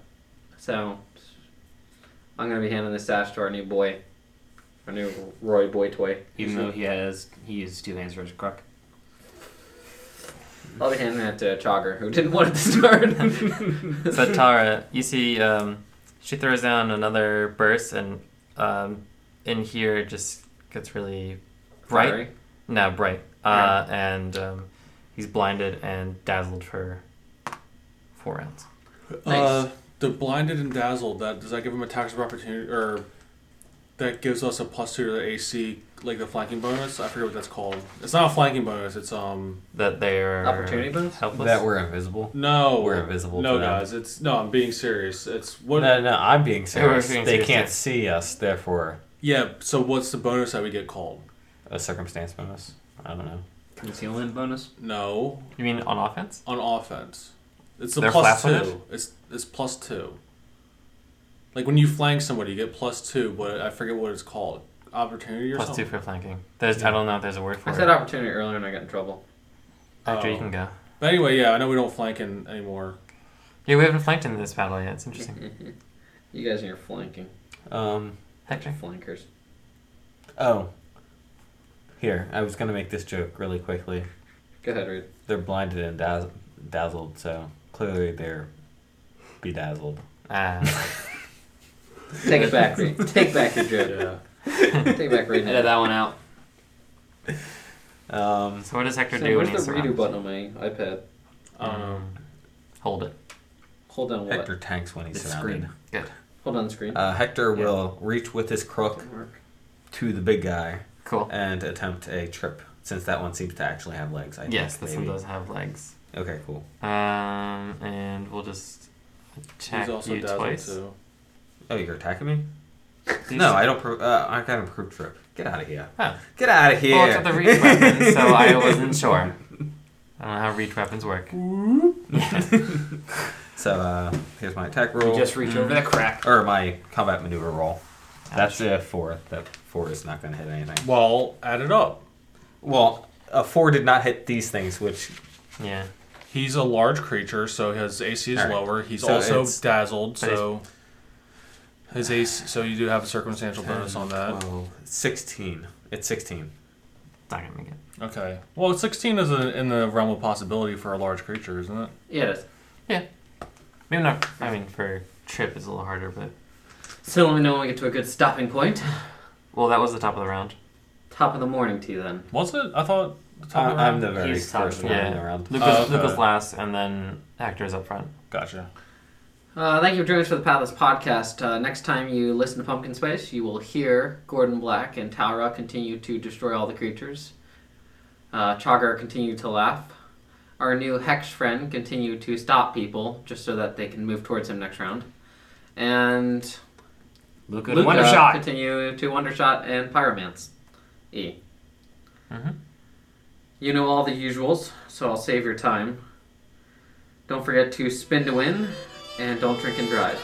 Speaker 2: So I'm gonna be handing this sash to our new boy, our new Roy boy toy.
Speaker 7: Even though he has, he uses two hands for his crook.
Speaker 2: I'll be handing that to Chogger, who didn't want it to start.
Speaker 3: So Tara, you see, um, she throws down another burst, and um, in here it just gets really bright.
Speaker 2: Sorry.
Speaker 3: No, bright. Uh, And um, he's blinded and dazzled for four rounds.
Speaker 2: Nice.
Speaker 6: Uh, the blinded and dazzled. That does that give him a tax of opportunity, or that gives us a plus two to the AC, like the flanking bonus? I forget what that's called. It's not a flanking bonus. It's um
Speaker 3: That they are
Speaker 2: Opportunity bonus?
Speaker 3: helpless.
Speaker 5: That we're invisible.
Speaker 6: no.
Speaker 5: We're invisible
Speaker 6: No,
Speaker 5: to them.
Speaker 6: guys. It's no. I'm being serious. It's what?
Speaker 5: no, no, I'm being serious.
Speaker 3: being
Speaker 5: they
Speaker 3: serious,
Speaker 5: can't
Speaker 3: yeah.
Speaker 5: see us, therefore,
Speaker 6: Yeah. So what's the bonus that we get called?
Speaker 5: a circumstance bonus. I don't know.
Speaker 7: Concealment bonus.
Speaker 6: No,
Speaker 3: you mean on offense?
Speaker 6: on offense. It's a
Speaker 3: They're
Speaker 6: plus
Speaker 3: flat-footed?
Speaker 6: two. It's it's plus two. Like when you flank somebody, you get plus two, but I forget what it's called. Opportunity or
Speaker 3: Plus
Speaker 6: something.
Speaker 3: two for flanking. There's, I don't know if there's a word for
Speaker 2: I
Speaker 3: it.
Speaker 2: said opportunity earlier and I got in trouble.
Speaker 3: After you
Speaker 6: Oh.
Speaker 3: can go.
Speaker 6: But anyway, yeah, I know we don't flank in anymore.
Speaker 3: Yeah, we haven't flanked in this battle yet. It's interesting.
Speaker 2: You guys and your flanking.
Speaker 5: Um,
Speaker 3: Hector.
Speaker 2: Flankers.
Speaker 5: oh. Here, I was going to make this joke really quickly.
Speaker 2: Go ahead, Reed.
Speaker 5: They're blinded and dazz- dazzled, so clearly they're bedazzled.
Speaker 3: Ah,
Speaker 2: Take it back, Reed. Take back your joke.
Speaker 6: Yeah.
Speaker 2: Take back Reed.
Speaker 7: Edit that one out.
Speaker 5: Um,
Speaker 3: so what does Hector
Speaker 2: So
Speaker 3: do when
Speaker 2: where's
Speaker 3: he's
Speaker 2: the redo
Speaker 3: surrounded?
Speaker 2: button on my iPad?
Speaker 5: Mm-hmm.
Speaker 6: Um,
Speaker 3: Hold it.
Speaker 2: Hold on what?
Speaker 5: Hector tanks when he's
Speaker 7: It's
Speaker 5: surrounded.
Speaker 7: screen.
Speaker 2: Hold on the screen.
Speaker 5: Uh, Hector
Speaker 2: Yeah.
Speaker 5: will reach with his crook
Speaker 2: Doesn't work.
Speaker 5: to the big guy
Speaker 3: Cool.
Speaker 5: and attempt a trip, since that one seems to actually have legs. I
Speaker 3: Yes,
Speaker 5: think,
Speaker 3: this one
Speaker 5: maybe.
Speaker 3: does have legs.
Speaker 5: Okay, cool.
Speaker 3: Um, and we'll just attack
Speaker 6: he's also
Speaker 3: you
Speaker 6: dazzled
Speaker 3: twice.
Speaker 6: too.
Speaker 5: Oh, you're attacking me?
Speaker 3: These-
Speaker 5: no, I don't. Pro- uh, I got improved trip. Get out of here.
Speaker 3: Oh.
Speaker 5: Get out of here.
Speaker 3: Well, it's with the reach weapon, so I wasn't sure. I don't know how reach weapons work.
Speaker 5: so uh, here's my attack
Speaker 7: You
Speaker 5: roll
Speaker 7: just reach over the crack.
Speaker 5: or my combat maneuver roll. That's a four. That four is not going to hit anything.
Speaker 6: Well, add it up.
Speaker 5: Well, a four did not hit these things, which
Speaker 3: Yeah.
Speaker 6: He's a large creature, so his AC is
Speaker 5: All right.
Speaker 6: lower. He's
Speaker 5: So
Speaker 6: also
Speaker 5: it's-
Speaker 6: dazzled,
Speaker 3: but he's-
Speaker 6: so his AC. So you do have a circumstantial bonus on that.
Speaker 5: Well, sixteen. It's sixteen.
Speaker 3: Not gonna make it.
Speaker 6: Okay. Well, sixteen is a, in the realm of possibility for a large creature, isn't it?
Speaker 2: Yeah, it is.
Speaker 3: Maybe not. I mean, for trip is a little harder, but
Speaker 2: So let me know when we get to a good stopping point.
Speaker 3: well, that was the top of the round.
Speaker 2: Top of the morning to you then.
Speaker 6: Was it? I thought. the top
Speaker 5: I-
Speaker 6: of the
Speaker 5: Uh, I'm
Speaker 6: round-
Speaker 5: the very
Speaker 7: He's top
Speaker 5: first
Speaker 7: of
Speaker 5: one
Speaker 3: the-
Speaker 5: in the round. Uh,
Speaker 3: Lucas,
Speaker 6: Oh, okay.
Speaker 3: Lucas last, and then Hector's up front.
Speaker 6: Gotcha.
Speaker 2: Uh, thank you for joining us for the Pathless podcast. Uh, next time you listen to Pumpkin Spice, you will hear Gordon Black and Taura continue to destroy all the creatures. Uh, Chagar continue to laugh. Our new Hex friend continue to stop people just so that they can move towards him next round. And
Speaker 7: Look at
Speaker 2: Luca
Speaker 7: Wonder Shot.
Speaker 2: continue to Wonder Shot and Pyromance. E.
Speaker 3: Mhm.
Speaker 2: You know all the usuals, so I'll save your time. Don't forget to spin to win, and don't drink and drive.